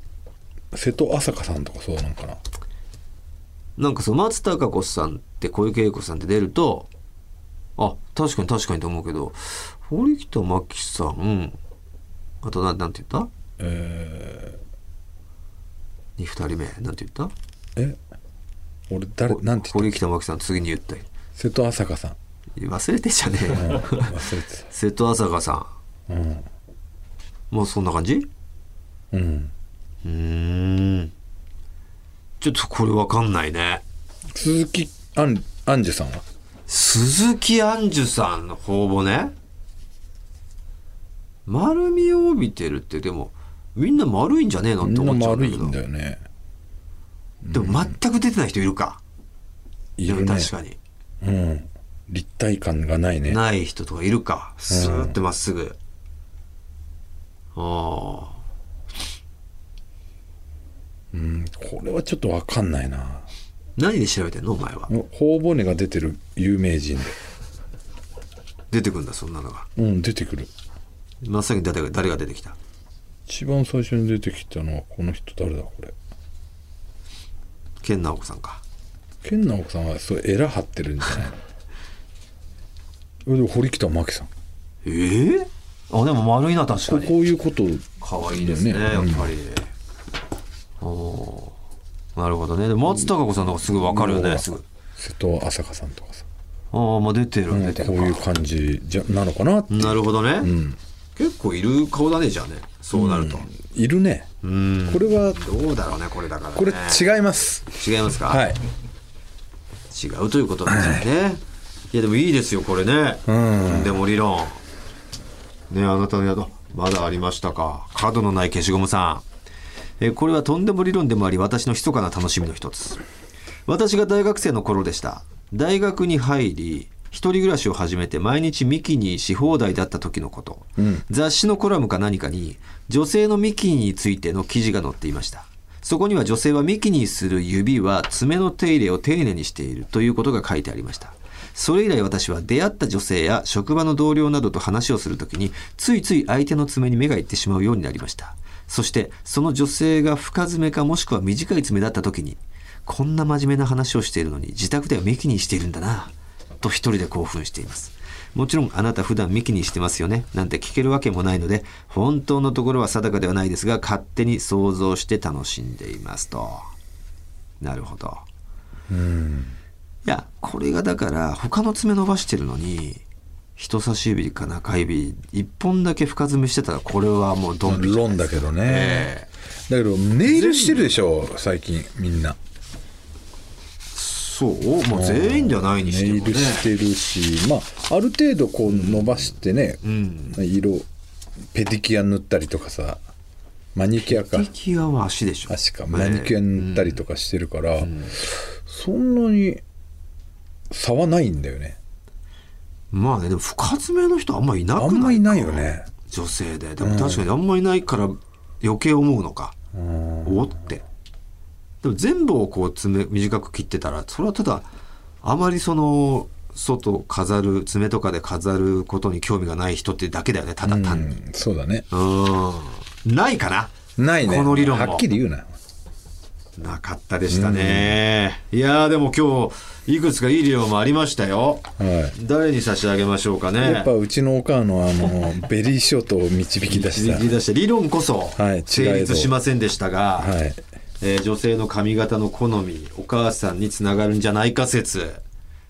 [SPEAKER 2] 瀬戸朝香さんとかそうなんかな
[SPEAKER 1] なんかその松たか子さんって小池栄子さんって出るとあ確かに確かにと思うけど堀北真希さんあとななんて言った
[SPEAKER 2] え
[SPEAKER 1] に二人目なんて言った
[SPEAKER 2] ーえ俺誰なんて言っ
[SPEAKER 1] 堀北真希さん次に言った
[SPEAKER 2] た瀬戸朝香さ ん、
[SPEAKER 1] 忘れてんじゃね
[SPEAKER 2] う
[SPEAKER 1] え
[SPEAKER 2] ん
[SPEAKER 1] よ
[SPEAKER 2] 忘れて
[SPEAKER 1] 瀬戸朝香さ
[SPEAKER 2] たうん
[SPEAKER 1] んもうそんな感じ
[SPEAKER 2] うん
[SPEAKER 1] うーんちょっとこれわかんないね
[SPEAKER 2] 鈴木あんあんじゅさんは
[SPEAKER 1] 鈴木杏樹さんの方々ね丸みを帯びてるってでもみんな丸いんじゃねえの
[SPEAKER 2] み
[SPEAKER 1] っ
[SPEAKER 2] ん
[SPEAKER 1] て
[SPEAKER 2] な
[SPEAKER 1] 思っちゃうん
[SPEAKER 2] 丸
[SPEAKER 1] だけ
[SPEAKER 2] い
[SPEAKER 1] ど
[SPEAKER 2] んだよね
[SPEAKER 1] でも全く出てない人いるか、
[SPEAKER 2] いるね
[SPEAKER 1] 確かに
[SPEAKER 2] うん立体感がないね
[SPEAKER 1] ない人とかいるかスーってまっすぐ、ああ
[SPEAKER 2] うんこれはちょっとわかんないな
[SPEAKER 1] 何で調べてんのお前は
[SPEAKER 2] 頬骨が出てる有名人
[SPEAKER 1] 出てくんだそんなのが
[SPEAKER 2] でうん出てくる
[SPEAKER 1] 真っ先に誰が誰が出てきた
[SPEAKER 2] 一番最初に出てきたのはこの人誰だこれ
[SPEAKER 1] 健直子さんか
[SPEAKER 2] 健直子さんはそうエラ張ってるんじ ゃないのでも堀北真希さんこ
[SPEAKER 1] ええあでも丸いな確か
[SPEAKER 2] う
[SPEAKER 1] に
[SPEAKER 2] こういうこと
[SPEAKER 1] 可愛いですね
[SPEAKER 2] ね
[SPEAKER 1] やっぱり、おおーなるほどねで松たか子さんの方がすぐ分かるよねすぐ
[SPEAKER 2] 瀬戸朝香さんとかさ、
[SPEAKER 1] ああまあ出てる
[SPEAKER 2] うん
[SPEAKER 1] 出て
[SPEAKER 2] こう
[SPEAKER 1] る
[SPEAKER 2] いう
[SPEAKER 1] か
[SPEAKER 2] 感じじゃなのかなって
[SPEAKER 1] なるほどね、
[SPEAKER 2] ん
[SPEAKER 1] 結構いる顔だねじゃあねそうなると
[SPEAKER 2] いるね
[SPEAKER 1] うん
[SPEAKER 2] これは
[SPEAKER 1] どうだろうねこれだから、ね、
[SPEAKER 2] これ違います
[SPEAKER 1] 違いますか、
[SPEAKER 2] はい
[SPEAKER 1] 違うということなんですねいやでもいいですよこれね
[SPEAKER 2] うん
[SPEAKER 1] でも理論ねあなたの宿まだありましたか角のない消しゴムさんえこれはとんでも理論でもあり私の密かな楽しみの一つ私が大学生の頃でした大学に入り一人暮らしを始めて毎日ミキにし放題だった時のこと、雑誌のコラムか何かに女性のミキについての記事が載っていましたそこには女性はミキにする指は爪の手入れを丁寧にしているということが書いてありましたそれ以来私は出会った女性や職場の同僚などと話をするときについつい相手の爪に目がいってしまうようになりましたそしてその女性が深爪かもしくは短い爪だったときにこんな真面目な話をしているのに自宅ではミキにしているんだなと一人で興奮していますもちろんあなた普段ミキにしてますよねなんて聞けるわけもないので本当のところは定かではないですが勝手に想像して楽しんでいますとなるほどいやこれがだから他の爪伸ばしてるのに人差し指か中指一本だけ深爪してたらこれはもうドンピシャ
[SPEAKER 2] 論だけどね、だけどネイルしてるでしょ最近みんな
[SPEAKER 1] そうまあ全員ではないにして
[SPEAKER 2] ネイ
[SPEAKER 1] もね
[SPEAKER 2] ルしてるしまあある程度こう伸ばしてね、
[SPEAKER 1] ん
[SPEAKER 2] 色ペディキュア塗ったりとかさマニキュアか
[SPEAKER 1] 引き際は足でしょ
[SPEAKER 2] 足かマニキュア塗ったりとかしてるから、そんなに差はないんだよね
[SPEAKER 1] まあねでも深爪の人あんまいなくない
[SPEAKER 2] あんまいないよね
[SPEAKER 1] 女性ででも確かにあんまいないから余計思うのか、おってでも全部をこう爪短く切ってたらそれはただあまりその外飾る爪とかで飾ることに興味がない人ってだけだよねただ単に
[SPEAKER 2] うんそうだね
[SPEAKER 1] うんないかな
[SPEAKER 2] ないね
[SPEAKER 1] この理論も
[SPEAKER 2] はっきり言うな
[SPEAKER 1] なかったでしたね、いやーでも今日いくつかいい理論もありましたよ、
[SPEAKER 2] は
[SPEAKER 1] 誰に差し上げましょうかね
[SPEAKER 2] やっぱうちのお母のあ のベリーショートを導き出した
[SPEAKER 1] 導き出した理論こそ
[SPEAKER 2] はい違えど
[SPEAKER 1] 成立しませんでしたが、
[SPEAKER 2] はい
[SPEAKER 1] えー女性の髪型の好みお母さんにつながるんじゃないか説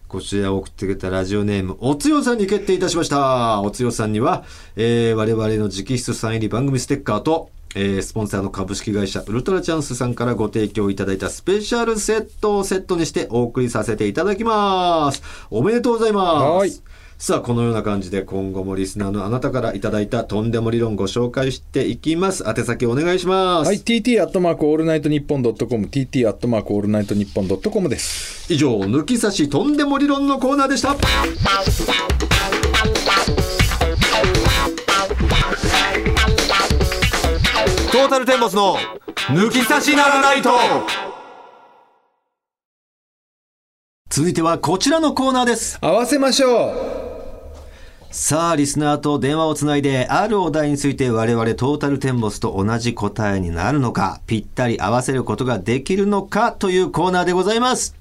[SPEAKER 1] こちらを送ってくれたラジオネームおつよさんに決定いたしましたおつよさんには、えー我々の直筆サイン入り番組ステッカーと、えースポンサーの株式会社ウルトラチャンスさんからご提供いただいたスペシャルセットをセットにしてお送りさせていただきますおめでとうございます
[SPEAKER 2] はい
[SPEAKER 1] さあこのような感じで今後もリスナーのあなたからいただいたとんでも理論ご紹介していきます宛先お願いします、
[SPEAKER 2] はい、TT アットマークオールナイトニッポンドットコム、TT アットマークオールナイトニッポンドットコムです。
[SPEAKER 1] 以上抜き差しとんでも理論のコーナーでしたトータルテンボスの抜き差しならないと続いてはこちらのコーナーです
[SPEAKER 2] 合わせましょう
[SPEAKER 1] さあリスナーと電話をつないであるお題について我々トータルテンボスと同じ答えになるのかぴったり合わせることができるのかというコーナーでございます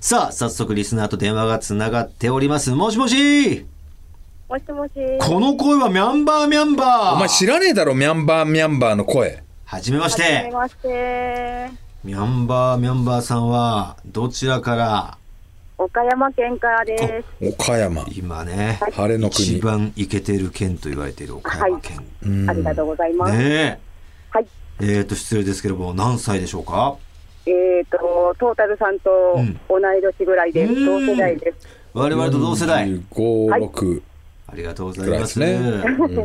[SPEAKER 1] さあ、早速リスナーと電話がつながっております。もしもし
[SPEAKER 3] もしもし。
[SPEAKER 1] この声はミャンバーミャンバー
[SPEAKER 2] お前知らねえだろミャンバーミャンバーの声
[SPEAKER 1] はじめまし
[SPEAKER 3] はじめ
[SPEAKER 1] て。
[SPEAKER 3] まして。
[SPEAKER 1] ミャンバーミャンバーさんは、どちらから
[SPEAKER 3] 岡山県からです。
[SPEAKER 2] 岡山
[SPEAKER 1] 今ね、
[SPEAKER 2] 晴れの
[SPEAKER 1] 一
[SPEAKER 2] 国
[SPEAKER 1] 番イケてる県と言われている岡山県。
[SPEAKER 2] うん
[SPEAKER 3] ありがとうございます。
[SPEAKER 1] ね
[SPEAKER 3] はい。
[SPEAKER 1] え。えー、と、失礼ですけれども、何歳でしょうか
[SPEAKER 3] えっ、と、トータルさんと
[SPEAKER 1] うん
[SPEAKER 3] 同い年ぐらいで、
[SPEAKER 1] うん
[SPEAKER 3] 同世代です。
[SPEAKER 1] 我々と同世代。
[SPEAKER 2] 5
[SPEAKER 1] ありがとうございます。
[SPEAKER 2] ぐらい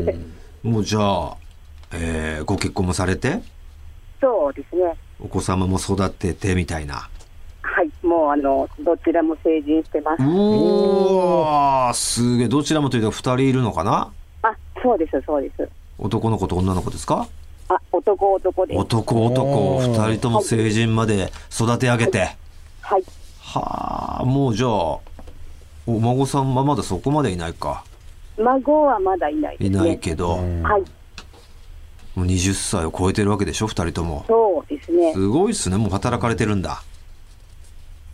[SPEAKER 2] です
[SPEAKER 1] もうじゃあ、えーご結婚もされて、
[SPEAKER 3] そうですね。
[SPEAKER 1] お子様も育ててみたいな。
[SPEAKER 3] はい。もう、あの、どちらも成人してます。
[SPEAKER 1] おお、すげえ。どちらもというと2人いるのかな
[SPEAKER 3] あ、そうです、そうです。
[SPEAKER 1] 男の子と女の子ですか
[SPEAKER 3] あ、男男です。
[SPEAKER 1] 男男
[SPEAKER 2] おー
[SPEAKER 1] 2人とも成人まで育て上げて。
[SPEAKER 3] はい。
[SPEAKER 1] はあ、もうじゃあ、お孫さんはまだそこまでいないか。
[SPEAKER 3] 孫はまだいない
[SPEAKER 1] い
[SPEAKER 3] です、ね。
[SPEAKER 1] ないけど、も
[SPEAKER 3] はい。
[SPEAKER 1] う20歳を超えてるわけでしょ、2人とも。
[SPEAKER 3] そうですね。
[SPEAKER 1] すごいっすね、もう働かれてるんだ。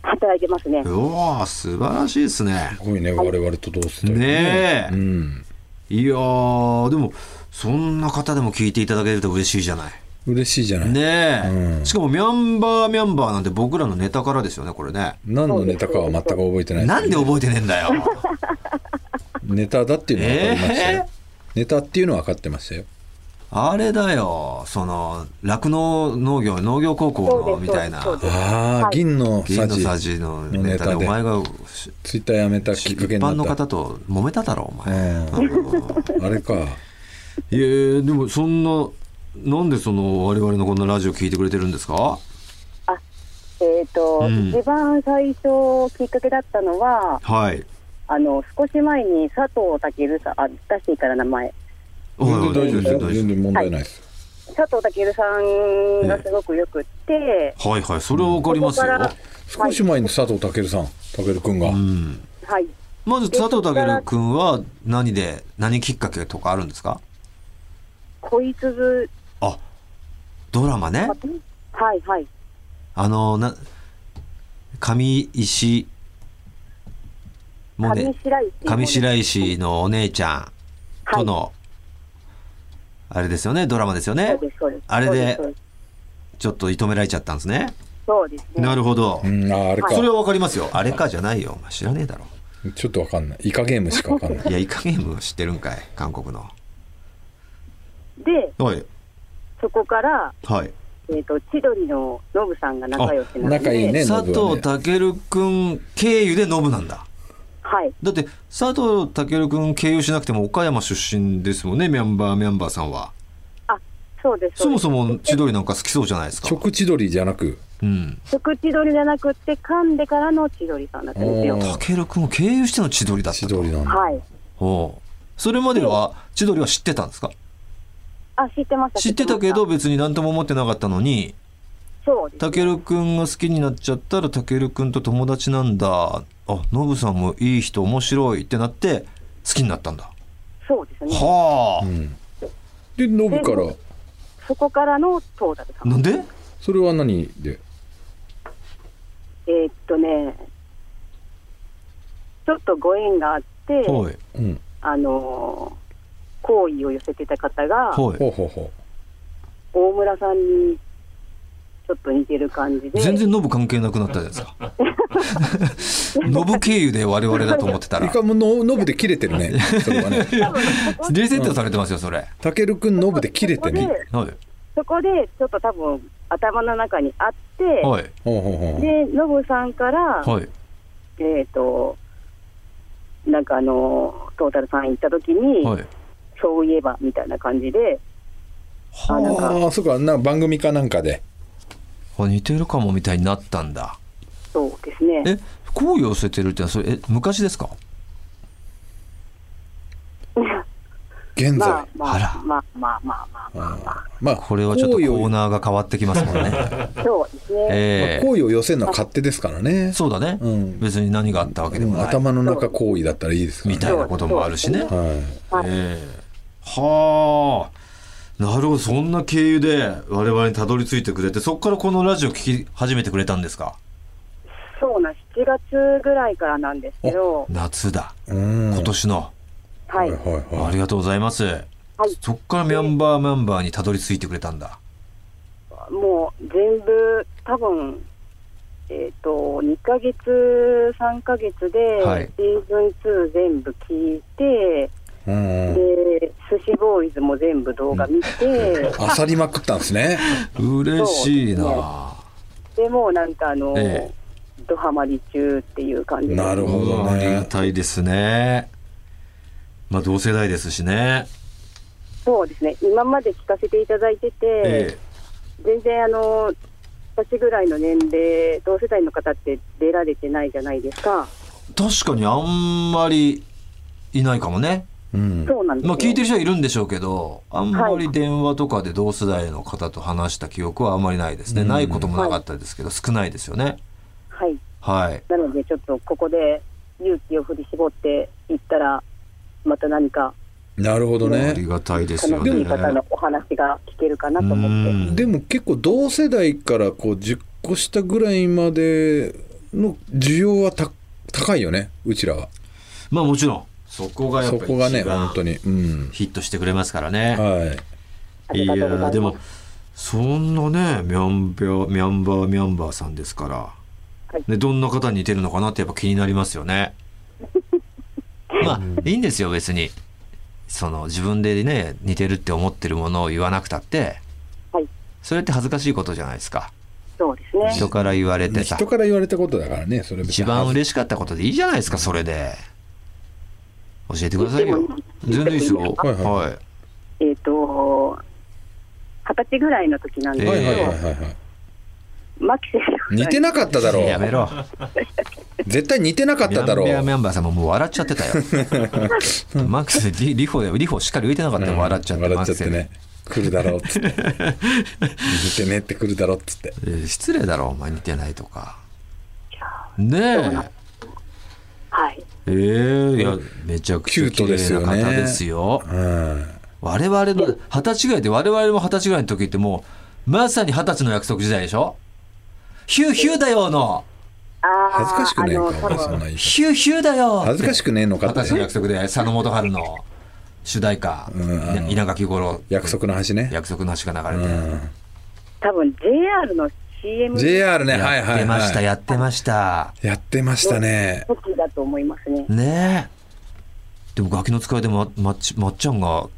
[SPEAKER 3] 働いてますね。
[SPEAKER 1] うわー素晴らしいですね。
[SPEAKER 2] すごいね我々と同世代
[SPEAKER 1] ねえ
[SPEAKER 2] うん
[SPEAKER 1] いやー、でも、そんな方でも聞いていただけると嬉しいじゃない。
[SPEAKER 2] 嬉しいじゃない
[SPEAKER 1] ねえ、
[SPEAKER 2] うん
[SPEAKER 1] しかも、ミャンバーミャンバーなんて僕らのネタからですよね、これね。
[SPEAKER 2] 何のネタかは全く覚えてない
[SPEAKER 1] なんで覚えてねえんだよ。
[SPEAKER 2] ネタだっていうのは分かりましたよ、
[SPEAKER 1] えー
[SPEAKER 2] ネタっていうのは分かってましたよ
[SPEAKER 1] あれだよ、その、酪農農業、農業高校
[SPEAKER 3] そう
[SPEAKER 1] の
[SPEAKER 3] です
[SPEAKER 1] みたいな、
[SPEAKER 3] そうです
[SPEAKER 2] ああ、
[SPEAKER 3] はい
[SPEAKER 2] 銀の
[SPEAKER 1] 銀
[SPEAKER 2] サ
[SPEAKER 1] の
[SPEAKER 2] ジ
[SPEAKER 1] さじのネタで、
[SPEAKER 2] のネタ
[SPEAKER 1] お
[SPEAKER 2] で
[SPEAKER 1] 前が、
[SPEAKER 2] ツイッターやめたき
[SPEAKER 1] 一
[SPEAKER 2] っかけになった
[SPEAKER 1] 般の方と揉めただろ、お前。うん
[SPEAKER 2] あれか
[SPEAKER 1] いやいやでもそんななんでその我々のこんなラジオ聞いてくれてるんですか
[SPEAKER 3] あ、えっ、と、
[SPEAKER 1] うん
[SPEAKER 3] 一番最初きっかけだったのは、
[SPEAKER 1] はい
[SPEAKER 3] あの少し前に佐藤健さんあ出していいから名前
[SPEAKER 1] おいおい大丈夫ですよ大丈
[SPEAKER 2] 全然問題ないです、
[SPEAKER 3] 佐藤健さんがすごくよくって、
[SPEAKER 1] 夫はいはいそれは分かりますよ、
[SPEAKER 3] ここ
[SPEAKER 2] 少し前に佐藤健さん健君が、
[SPEAKER 1] うん、
[SPEAKER 3] はい
[SPEAKER 1] まず佐藤健君は何で何きっかけとかあるんですか
[SPEAKER 3] 恋続
[SPEAKER 1] あドラマね
[SPEAKER 3] はいはい
[SPEAKER 1] あのな上石も
[SPEAKER 3] 上
[SPEAKER 1] ね
[SPEAKER 3] 白石萌音
[SPEAKER 1] 上白石のお姉ちゃんとの、あれですよねドラマですよ
[SPEAKER 3] そ
[SPEAKER 1] ね
[SPEAKER 3] うですそうです
[SPEAKER 1] あれで
[SPEAKER 3] そうす
[SPEAKER 1] ちょっと射止められちゃったんですね
[SPEAKER 3] そうですね
[SPEAKER 1] なるほど、
[SPEAKER 2] うん、あーあれか、
[SPEAKER 1] それはわかりますよ。あれかじゃないよ。お前知らねえだろ。
[SPEAKER 2] ちょっと分かんないイカゲームしか分かんない
[SPEAKER 1] いや、イカゲーム知ってるんかい。韓国の。
[SPEAKER 3] で
[SPEAKER 1] はい。
[SPEAKER 3] そこから、
[SPEAKER 1] はい。
[SPEAKER 3] えー、と千鳥のノブさんが仲良しなので
[SPEAKER 2] 仲いいね
[SPEAKER 1] 佐
[SPEAKER 2] ノブは
[SPEAKER 1] 藤
[SPEAKER 2] ね
[SPEAKER 1] 健くん経由でノブなんだ。
[SPEAKER 3] はい
[SPEAKER 1] だって、佐藤健くん経由しなくても岡山出身ですもんね、ミャンバーミャンバーさんは。
[SPEAKER 3] あそうです
[SPEAKER 1] そも
[SPEAKER 3] も
[SPEAKER 1] そも千鳥なんか好きそうじゃないですか。
[SPEAKER 2] 直千鳥じゃなく
[SPEAKER 1] うん。
[SPEAKER 3] 食千鳥じゃなくって噛んでからの千鳥さんだったんですよ
[SPEAKER 2] おー
[SPEAKER 1] 健くんを経由しての千鳥だった
[SPEAKER 2] 千
[SPEAKER 1] と。
[SPEAKER 2] 鳥なんだ、
[SPEAKER 3] はい
[SPEAKER 1] おうそれまでは千鳥は知ってたんですか
[SPEAKER 3] あ知ってました
[SPEAKER 1] 知ってたけ
[SPEAKER 3] ま
[SPEAKER 1] ど
[SPEAKER 3] し
[SPEAKER 1] 別に何とも思ってなかったのに、
[SPEAKER 3] そうです
[SPEAKER 1] たけるくんが好きになっちゃったらたけるくんと友達なんだあノブさんもいい人面白いってなって好きになったんだ
[SPEAKER 3] そうですね
[SPEAKER 1] はあ、
[SPEAKER 2] うん、でノブから
[SPEAKER 3] そこからのトータルさん
[SPEAKER 1] なんで
[SPEAKER 2] それは何で
[SPEAKER 3] えーっとね、ちょっとご縁があって、
[SPEAKER 1] はい
[SPEAKER 2] うん
[SPEAKER 3] あのー好意を寄せてた方が、
[SPEAKER 1] はい
[SPEAKER 2] ほうほうほ
[SPEAKER 3] 大村さんにちょっと似てる感じで、
[SPEAKER 1] 全然ノブ関係なくなったじゃない ですかノブ経由で我々だと思ってた
[SPEAKER 2] う
[SPEAKER 1] ら
[SPEAKER 2] イカもノノブで切れてるねそれはね
[SPEAKER 1] リセットされてますよそれ
[SPEAKER 2] たけるくんノブで切れてね
[SPEAKER 1] はい
[SPEAKER 3] そこでちょっと多分頭の中にあって、
[SPEAKER 1] はい
[SPEAKER 2] ほうほうほう
[SPEAKER 3] で、ノブさんから、
[SPEAKER 1] はい
[SPEAKER 3] えーっと、なんかあのートータルさん行った時に、
[SPEAKER 1] はい
[SPEAKER 3] そういえばみたいな感じで、あなんか
[SPEAKER 2] ああそうかなんか番組かなんかで
[SPEAKER 1] あ似てるかもみたいになったんだ
[SPEAKER 3] そうですね。
[SPEAKER 1] え好意を寄せてるってのはそれえ昔ですか
[SPEAKER 2] 現在、
[SPEAKER 3] まあま
[SPEAKER 1] あ
[SPEAKER 3] あ
[SPEAKER 1] ら
[SPEAKER 3] まあまあまあまあまあまあ、
[SPEAKER 2] まあ
[SPEAKER 1] これはちょっとコ
[SPEAKER 2] 好意を
[SPEAKER 1] ーナーが変わってきますもん ね
[SPEAKER 3] そうですね。
[SPEAKER 1] え
[SPEAKER 2] ま
[SPEAKER 1] え
[SPEAKER 2] あ好意を寄せるのは勝手ですからね。
[SPEAKER 1] そうだね、
[SPEAKER 2] うん
[SPEAKER 1] 別に何があったわけで
[SPEAKER 2] う
[SPEAKER 1] も
[SPEAKER 2] ん
[SPEAKER 1] ない、
[SPEAKER 2] 頭の中好意だったらいいですから
[SPEAKER 1] みたいなこともあるしね。
[SPEAKER 3] そう
[SPEAKER 2] はい。
[SPEAKER 3] はい
[SPEAKER 1] ええはあなるほどそんな経由で我々にたどり着いてくれてそこからこのラジオ聞き始めてくれたんですか
[SPEAKER 3] そうなんです。 8月ぐらいからなんですけど、
[SPEAKER 1] 夏だ
[SPEAKER 2] うん
[SPEAKER 1] 今年の、
[SPEAKER 3] はい、
[SPEAKER 2] はいはい
[SPEAKER 1] あ
[SPEAKER 2] はい
[SPEAKER 1] りがとうございます
[SPEAKER 3] はい
[SPEAKER 1] そっからミャンバーミャンバーにたどり着いてくれたんだ
[SPEAKER 3] もう全部、多分えっ、と、2ヶ月、3ヶ月で、
[SPEAKER 1] はい
[SPEAKER 3] シーズン2全部聞いて、
[SPEAKER 2] うんうん
[SPEAKER 3] で、寿司ボーイズも全部動画見て、
[SPEAKER 2] あさりまくったんですね
[SPEAKER 1] 嬉しいな、
[SPEAKER 3] でもうなんかあの、
[SPEAKER 1] え
[SPEAKER 3] ドハマり中っていう感じで
[SPEAKER 2] なるほ
[SPEAKER 1] う
[SPEAKER 2] どね
[SPEAKER 1] んありがたいですねまあ同世代ですしね
[SPEAKER 3] そうですね、今まで聞かせていただいてて、
[SPEAKER 1] え
[SPEAKER 3] 全然あの、私ぐらいの年齢、同世代の方って出られてないじゃないですか。
[SPEAKER 1] え確かにあんまりいないかもね
[SPEAKER 2] うん
[SPEAKER 3] そうなんです
[SPEAKER 1] ま
[SPEAKER 3] よ。
[SPEAKER 1] あ聞いてる人はいるんでしょうけどあんまり電話とかで同世代の方と話した記憶はあんまりないですね、
[SPEAKER 2] うん
[SPEAKER 1] ないこともなかったですけど少ないですよね
[SPEAKER 3] はい。
[SPEAKER 1] はい
[SPEAKER 3] なので、ちょっとここで勇気を振り絞っていったら、また何か
[SPEAKER 2] なるほど
[SPEAKER 1] あ
[SPEAKER 2] ね
[SPEAKER 1] りがたいですよ
[SPEAKER 3] 楽
[SPEAKER 1] ね
[SPEAKER 3] しい方のお話が聞けるかなと思って。
[SPEAKER 1] うん
[SPEAKER 2] でも結構同世代からこう10個下ぐらいまでの需要はた高いよねうちらは
[SPEAKER 1] まあもちろんそこがやっ
[SPEAKER 2] そ
[SPEAKER 1] ぱり
[SPEAKER 2] こがね
[SPEAKER 1] 一番
[SPEAKER 2] 本当にうん
[SPEAKER 1] ヒットしてくれますからね、
[SPEAKER 2] はい
[SPEAKER 3] あ
[SPEAKER 1] い
[SPEAKER 3] り
[SPEAKER 1] や
[SPEAKER 3] がとうございま
[SPEAKER 1] ー
[SPEAKER 3] す。
[SPEAKER 1] でもそんなねミャンバーミャンバーミャンバーさんですから、
[SPEAKER 3] はい
[SPEAKER 1] ね、どんな方に似てるのかなってやっぱ気になりますよ ね。まあいいんですよ別にその自分でね似てるって思ってるものを言わなくたって
[SPEAKER 3] はい、
[SPEAKER 1] それって恥ずかしいことじゃないですか
[SPEAKER 3] そうですね。
[SPEAKER 1] 人から言われてさ
[SPEAKER 2] 人から言われたことだからねそれ別
[SPEAKER 1] 一
[SPEAKER 2] に
[SPEAKER 1] 番嬉しかったことでいいじゃないですかそれで教えてくださいよ全
[SPEAKER 3] 言っ
[SPEAKER 1] 然
[SPEAKER 3] ても
[SPEAKER 1] い
[SPEAKER 3] い
[SPEAKER 1] い
[SPEAKER 3] い
[SPEAKER 1] ですよ
[SPEAKER 2] はいはい
[SPEAKER 1] はい
[SPEAKER 3] えっ、と、二十歳ぐらいの時なんです
[SPEAKER 2] はい
[SPEAKER 3] け
[SPEAKER 2] はい
[SPEAKER 3] ど、
[SPEAKER 2] はいはいはい
[SPEAKER 3] マキセル
[SPEAKER 2] 似てなかっただろ
[SPEAKER 1] やめ
[SPEAKER 2] う
[SPEAKER 1] ろ
[SPEAKER 2] 絶対似てなかっただろ
[SPEAKER 1] ミャンバー
[SPEAKER 2] う
[SPEAKER 1] ミャンバーさんももう笑っちゃって たよ。マックスリ、リフォ、リフォしっかり浮いてなかったよ。笑っちゃって、
[SPEAKER 2] うん
[SPEAKER 1] マッ
[SPEAKER 2] 笑っち
[SPEAKER 1] ク
[SPEAKER 2] ゃっ
[SPEAKER 1] ス
[SPEAKER 2] てね。来るだろうっつって似てねって来るだろうっつって
[SPEAKER 1] えー失礼だろ、お前似てないとか。ねえ。
[SPEAKER 3] はい。
[SPEAKER 1] えー、いや、めちゃくちゃ
[SPEAKER 2] キュート
[SPEAKER 1] 綺
[SPEAKER 2] です
[SPEAKER 1] 麗
[SPEAKER 2] よ
[SPEAKER 1] な
[SPEAKER 2] ね
[SPEAKER 1] 方ですよ。
[SPEAKER 2] うん
[SPEAKER 1] 我々の、二十歳ぐらいで、我々も二十歳ぐらいの時ってもう、まさに二十歳の約束時代でしょヒューヒューだよの
[SPEAKER 3] あー
[SPEAKER 2] 恥ずかしくねえ
[SPEAKER 3] あ
[SPEAKER 2] か
[SPEAKER 3] の
[SPEAKER 2] お
[SPEAKER 3] 多
[SPEAKER 2] 前そんな
[SPEAKER 3] 分
[SPEAKER 2] 言い方
[SPEAKER 1] ヒューヒューだよ
[SPEAKER 2] 恥ずかしくねえのか
[SPEAKER 1] 二十
[SPEAKER 2] っ
[SPEAKER 1] 歳の
[SPEAKER 2] て
[SPEAKER 1] 約束で、佐野元春の主題歌、
[SPEAKER 2] うんあの
[SPEAKER 1] 稲垣吾郎、
[SPEAKER 2] 約束の橋ね
[SPEAKER 1] 約束の足が流
[SPEAKER 2] う
[SPEAKER 1] れて。
[SPEAKER 2] ん
[SPEAKER 3] 多分 JR の CM の
[SPEAKER 2] JR ねはい
[SPEAKER 1] やっ
[SPEAKER 2] はい
[SPEAKER 1] てました、
[SPEAKER 2] は
[SPEAKER 1] やってました。
[SPEAKER 2] いやってましたね
[SPEAKER 3] 時だと思いますね。
[SPEAKER 1] ねえ。でもガキの使いでま、まっち、まっちゃんが、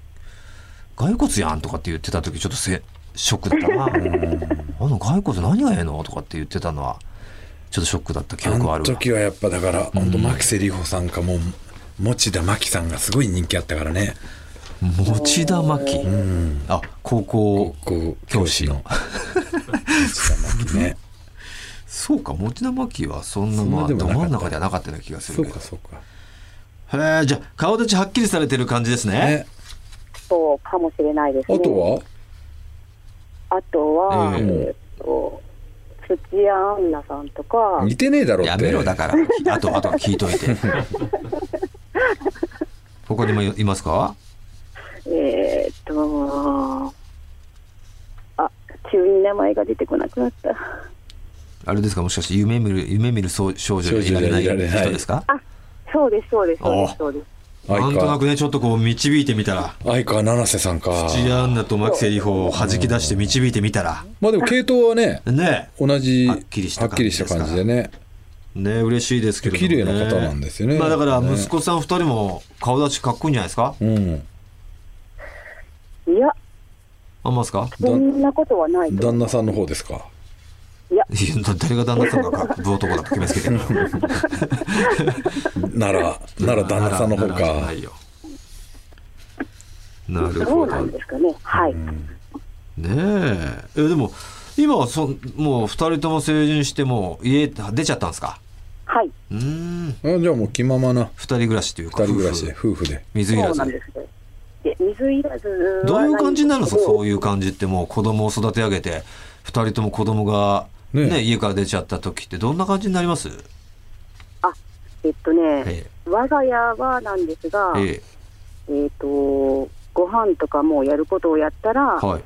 [SPEAKER 1] 骸骨やんとかって言ってた時ちょっとせ、ショックだった な。あの骸骨何がええのとかって言ってたのは、ちょっとショックだった記
[SPEAKER 2] あ
[SPEAKER 1] 憶はあ
[SPEAKER 2] の
[SPEAKER 1] るわ。
[SPEAKER 2] 時はやっぱだから本当牧瀬里穂さんかもう持田真紀さんがすごい人気あったからね
[SPEAKER 1] 持田真紀。
[SPEAKER 2] うん
[SPEAKER 1] あ、高校。
[SPEAKER 2] こう教師の持田真 紀ね
[SPEAKER 1] そうか、持田真紀はそんな、
[SPEAKER 2] そんな
[SPEAKER 1] まあ、
[SPEAKER 2] でも
[SPEAKER 1] ど
[SPEAKER 2] なかった
[SPEAKER 1] 真ん中ではなかったような気がす
[SPEAKER 2] そ
[SPEAKER 1] るけ
[SPEAKER 2] う
[SPEAKER 1] ど
[SPEAKER 2] か。そうか
[SPEAKER 1] へえ、じゃあ、顔立ちはっきりされてる感じですね。
[SPEAKER 2] ね
[SPEAKER 3] そうかもしれないです
[SPEAKER 2] あ
[SPEAKER 3] ね。
[SPEAKER 2] とは
[SPEAKER 3] あとは、
[SPEAKER 1] え
[SPEAKER 3] え
[SPEAKER 1] え
[SPEAKER 3] っと土屋アンナさんとか、
[SPEAKER 2] 似てねえだろって
[SPEAKER 1] やめろ、だから。あと、あとは聞いとい て。他にもいますか
[SPEAKER 3] えーっと、あ、急に名前が出てこなくなった。
[SPEAKER 1] あれですかもしかして夢見る夢見るそう少女にいられない
[SPEAKER 2] 少女にいられない
[SPEAKER 1] 人ですか
[SPEAKER 3] あ、そうです、そうです、そうで
[SPEAKER 1] お
[SPEAKER 3] す、そうです。
[SPEAKER 1] なんとな
[SPEAKER 2] 相
[SPEAKER 1] くねちょっとこう導いてみたら
[SPEAKER 2] 川相川七瀬さんか
[SPEAKER 1] 土屋アンナと牧瀬里穂を弾き出して導いてみたら
[SPEAKER 2] まあでも系統はね
[SPEAKER 1] ね
[SPEAKER 2] 同じ
[SPEAKER 1] はっきりした
[SPEAKER 2] はっきりした感じでね
[SPEAKER 1] えねえ嬉しいですけどもね
[SPEAKER 2] 綺麗な方なんですよね
[SPEAKER 1] まあだから
[SPEAKER 2] ね
[SPEAKER 1] 息子さん二人も顔立ちかっこいいんじゃないですか
[SPEAKER 2] うん
[SPEAKER 3] いや、
[SPEAKER 1] あんまですか
[SPEAKER 2] だ
[SPEAKER 3] そんなことはないと。
[SPEAKER 2] 旦那さんの方ですか
[SPEAKER 3] いや、
[SPEAKER 1] いや誰が旦那さんがかっこいい男だと決めつけてる
[SPEAKER 2] ならなら旦那さんの方
[SPEAKER 1] ならじゃ
[SPEAKER 2] か
[SPEAKER 1] ないよなる
[SPEAKER 3] ど
[SPEAKER 1] ほ
[SPEAKER 3] うな
[SPEAKER 1] ど
[SPEAKER 3] んですかね。はい。
[SPEAKER 1] ねええでも今はそもう2人とも成人してもう家出ちゃったんですか
[SPEAKER 3] はい。
[SPEAKER 1] うーん2
[SPEAKER 2] あじゃあもう気ままな
[SPEAKER 1] 人暮らしというか
[SPEAKER 2] 二人暮らしで
[SPEAKER 1] 夫婦
[SPEAKER 2] 夫婦で
[SPEAKER 1] 水い
[SPEAKER 3] そ
[SPEAKER 1] ら
[SPEAKER 3] うなん
[SPEAKER 1] ず
[SPEAKER 3] です。で、水いらずは
[SPEAKER 1] どういう感じになるんですかそう
[SPEAKER 3] い
[SPEAKER 1] いう感じってもう子供を育て上げて2人とも子供がね
[SPEAKER 2] ね
[SPEAKER 1] 家から出ちゃった時ってどんな感じになります
[SPEAKER 3] けど。えっとね、
[SPEAKER 1] え
[SPEAKER 3] 我が家はなんですが、
[SPEAKER 1] え
[SPEAKER 3] えっ、
[SPEAKER 1] え
[SPEAKER 3] と、ご飯とかもやることをやったら、
[SPEAKER 1] えはい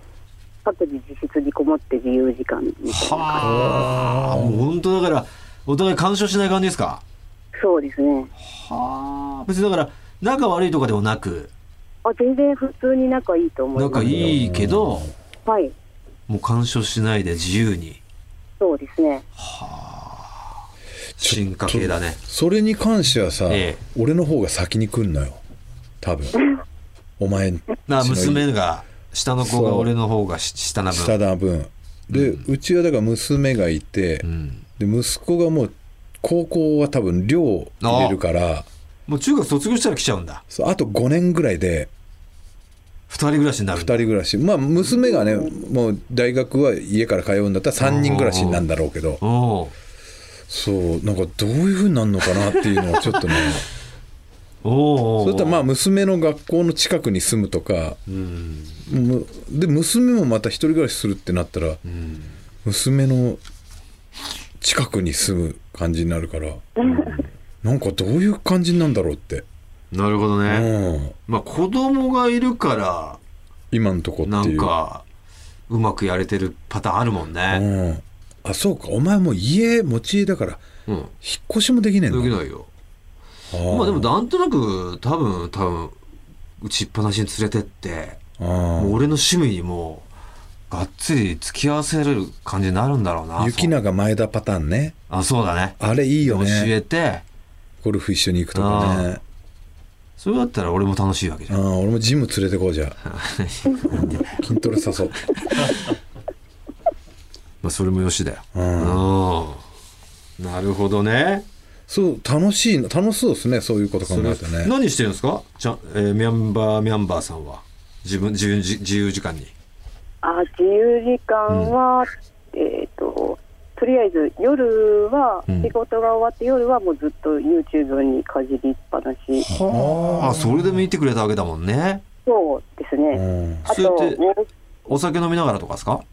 [SPEAKER 3] 各自自室にこもって自由時間みたいな
[SPEAKER 1] はあもう本当だからお互い干渉しない感じですか
[SPEAKER 3] そうですね。
[SPEAKER 1] はあ別にだから仲悪いとかでもなく
[SPEAKER 3] あ、全然普通に仲いいと思います。
[SPEAKER 1] 仲いいけど
[SPEAKER 3] はい。
[SPEAKER 1] もう干渉しないで自由に
[SPEAKER 3] そうですね。
[SPEAKER 1] 進化系だね
[SPEAKER 2] それに関してはさ、
[SPEAKER 1] ええ
[SPEAKER 2] 俺の方が先に来んのよ多分お前んち
[SPEAKER 1] な
[SPEAKER 2] の
[SPEAKER 1] 娘が下の子が俺の方がし下な
[SPEAKER 2] 下
[SPEAKER 1] 分
[SPEAKER 2] だ分で、うちはだから娘がいて、
[SPEAKER 1] うん
[SPEAKER 2] で息子がもう高校は多分寮入れるから
[SPEAKER 1] もう中学卒業したら来ちゃうんだ
[SPEAKER 2] そうあと5年ぐらいで
[SPEAKER 1] 二人暮らしにな
[SPEAKER 2] 2
[SPEAKER 1] る
[SPEAKER 2] 人暮らしまあ娘がねもう大学は家から通うんだったら3人暮らしになるんだろうけど
[SPEAKER 1] おう
[SPEAKER 2] そうなんかどういうふうになるのかなっていうのはちょっとね
[SPEAKER 1] おうおう
[SPEAKER 2] それとまあ娘の学校の近くに住むとか
[SPEAKER 1] うん
[SPEAKER 2] むで娘もまた一人暮らしするってなったら
[SPEAKER 1] うん
[SPEAKER 2] 娘の近くに住む感じになる からなんかどういう感じになんだろうって、
[SPEAKER 1] なるほど
[SPEAKER 2] う
[SPEAKER 1] ね、
[SPEAKER 2] ん、
[SPEAKER 1] まあ子供がいるか
[SPEAKER 2] 今のとこ
[SPEAKER 1] ら
[SPEAKER 2] っていう
[SPEAKER 1] なんかうまくやれてるパターンあるもんね
[SPEAKER 2] うん、あそうかお前もう家持ち家だから
[SPEAKER 1] うん
[SPEAKER 2] 引っ越しもできねえんだ
[SPEAKER 1] できないよ
[SPEAKER 2] あー
[SPEAKER 1] まあでもなんとなく多分多分打ちっぱなしに連れてって
[SPEAKER 2] あ
[SPEAKER 1] もう俺
[SPEAKER 2] ー
[SPEAKER 1] の趣味にもうがっつり付き合わせる感じになるんだろうな
[SPEAKER 2] 雪
[SPEAKER 1] そう
[SPEAKER 2] 永前田パターンね
[SPEAKER 1] あそうだね
[SPEAKER 2] あれいいよ
[SPEAKER 1] 教
[SPEAKER 2] ね
[SPEAKER 1] えて
[SPEAKER 2] ゴルフ一緒に行くとかね
[SPEAKER 1] それだったら俺も楽しいわけじ
[SPEAKER 2] あ
[SPEAKER 1] ゃん
[SPEAKER 2] ー俺もジム連れてこうじゃ あ筋トレ誘う
[SPEAKER 1] まあそれもよしだよ
[SPEAKER 2] うん
[SPEAKER 1] うんなるほどね
[SPEAKER 2] そう楽しいな楽しそうですねそういうこと考えたね
[SPEAKER 1] 何してるんですかじゃ、えーミャンバーミャンバーさんは自分自由自自由時間に
[SPEAKER 3] あ、自由時間は、えっ、と、とりあえず夜は、
[SPEAKER 1] うん
[SPEAKER 3] 仕事が終わって夜はもうずっと YouTube にかじりっぱなし。
[SPEAKER 1] はあそれで見てくれたわけだもんね
[SPEAKER 3] そうですね。
[SPEAKER 2] うん
[SPEAKER 3] あと、
[SPEAKER 1] そうやって
[SPEAKER 3] も
[SPEAKER 1] お酒飲みながらとかですか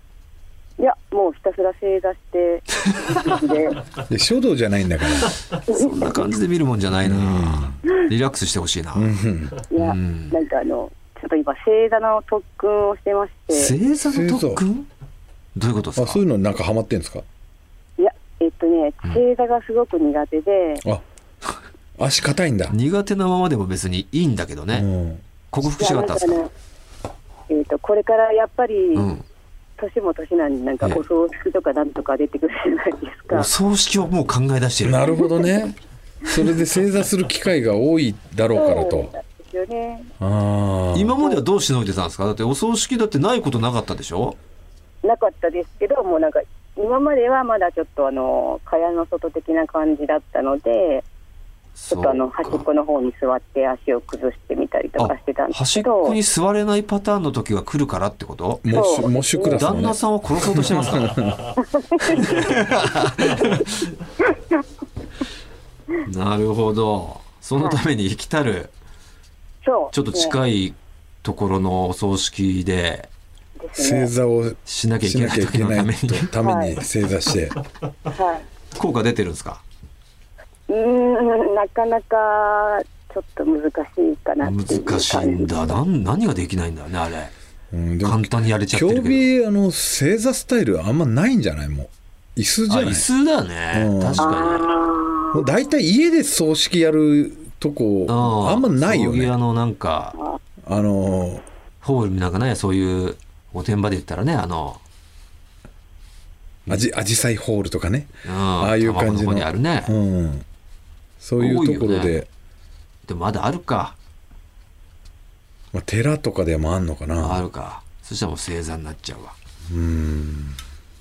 [SPEAKER 3] ういや、もうひたすら正座して、一日 で
[SPEAKER 2] で書道じゃないんだから
[SPEAKER 1] そんな感じで見るもんじゃないなリラックスしてほしいな
[SPEAKER 2] うん
[SPEAKER 3] いや、
[SPEAKER 1] うん
[SPEAKER 3] なんかあの、ちょっと今、正座の特訓をしてまして、
[SPEAKER 1] 星座の特訓どういうことです
[SPEAKER 2] あ
[SPEAKER 1] か
[SPEAKER 2] そういうのなんかハマってんですか
[SPEAKER 3] いや、えっとね、正座がすごく苦手で、
[SPEAKER 2] あ足硬いんだ、
[SPEAKER 1] 苦手なままでも別にいいんだけど
[SPEAKER 2] う
[SPEAKER 1] ね
[SPEAKER 2] ん、
[SPEAKER 1] 克服したかったんです
[SPEAKER 3] いやな
[SPEAKER 1] か
[SPEAKER 3] んかねえっとこれからやっぱり、
[SPEAKER 1] うん
[SPEAKER 3] 年も年なんで、なんか
[SPEAKER 1] ええ
[SPEAKER 3] お葬式とかなんとか出てくるじゃないですか
[SPEAKER 1] お。葬式をもう考え出してる
[SPEAKER 2] なるほどねそれで正座する機会が多いだろうから
[SPEAKER 3] そう
[SPEAKER 2] と
[SPEAKER 3] なんですよね。
[SPEAKER 2] あー
[SPEAKER 1] 今まではどうしのいでたんですかだってお葬式だってないことなかったでしょ
[SPEAKER 3] なかったですけど、もうなんか、今まではまだちょっとあの、蚊帳の外的な感じだったので、ちょっとあの、端っこの方に座って足を崩してみたりとかしてたんです
[SPEAKER 1] 端
[SPEAKER 3] け
[SPEAKER 1] っ
[SPEAKER 3] ど
[SPEAKER 1] こ、に座れないパターンの時が来るからってこと
[SPEAKER 2] モシュ
[SPEAKER 3] そう
[SPEAKER 2] モシュクラスの
[SPEAKER 1] 旦
[SPEAKER 2] ね
[SPEAKER 1] 那さんを殺そうとして ますかなるほどそのために生きたる
[SPEAKER 3] そう。
[SPEAKER 1] ちょっと近いところのお葬式で
[SPEAKER 3] いです
[SPEAKER 2] 正
[SPEAKER 3] ね。
[SPEAKER 2] 座を
[SPEAKER 1] しなきゃい
[SPEAKER 2] し
[SPEAKER 1] け
[SPEAKER 2] な
[SPEAKER 1] ない
[SPEAKER 2] きゃい
[SPEAKER 1] 時
[SPEAKER 2] け
[SPEAKER 1] の
[SPEAKER 2] な
[SPEAKER 1] た
[SPEAKER 2] い
[SPEAKER 1] めに
[SPEAKER 2] とために正座して
[SPEAKER 3] はい。
[SPEAKER 1] 効果出てるんですか
[SPEAKER 3] うーん、なかなかちょっと難しいかなっていう感
[SPEAKER 1] 難
[SPEAKER 3] じ
[SPEAKER 1] しいんだなん何ができないんだよねあれ
[SPEAKER 2] うんでも
[SPEAKER 1] 簡単にやれちゃって
[SPEAKER 2] 競
[SPEAKER 1] るけ
[SPEAKER 2] 技あの正座スタイルあんまないんじゃないもう椅
[SPEAKER 1] ど
[SPEAKER 2] 子じ
[SPEAKER 1] あ
[SPEAKER 2] ゃない
[SPEAKER 1] 椅子だね、
[SPEAKER 2] うん
[SPEAKER 1] 確
[SPEAKER 3] あ
[SPEAKER 1] かに
[SPEAKER 2] も
[SPEAKER 3] ー
[SPEAKER 2] う大体家で葬式やるとこあんまないよ
[SPEAKER 1] 葬儀屋
[SPEAKER 2] ね
[SPEAKER 1] のなんか
[SPEAKER 2] あの
[SPEAKER 1] ホールなんかねそういうおてんばで言ったらねあの、
[SPEAKER 2] あじアジサイホールとかね
[SPEAKER 1] うん、
[SPEAKER 2] ああいう感じ
[SPEAKER 1] 卵の方
[SPEAKER 2] の
[SPEAKER 1] にあるね、
[SPEAKER 2] うんそういうところ
[SPEAKER 1] 多いよ
[SPEAKER 2] で
[SPEAKER 1] でもまだあるか
[SPEAKER 2] まあ、寺とかでもあんのか
[SPEAKER 1] あ
[SPEAKER 2] な
[SPEAKER 1] るかそしたらもう正座になっちゃうわ
[SPEAKER 2] うん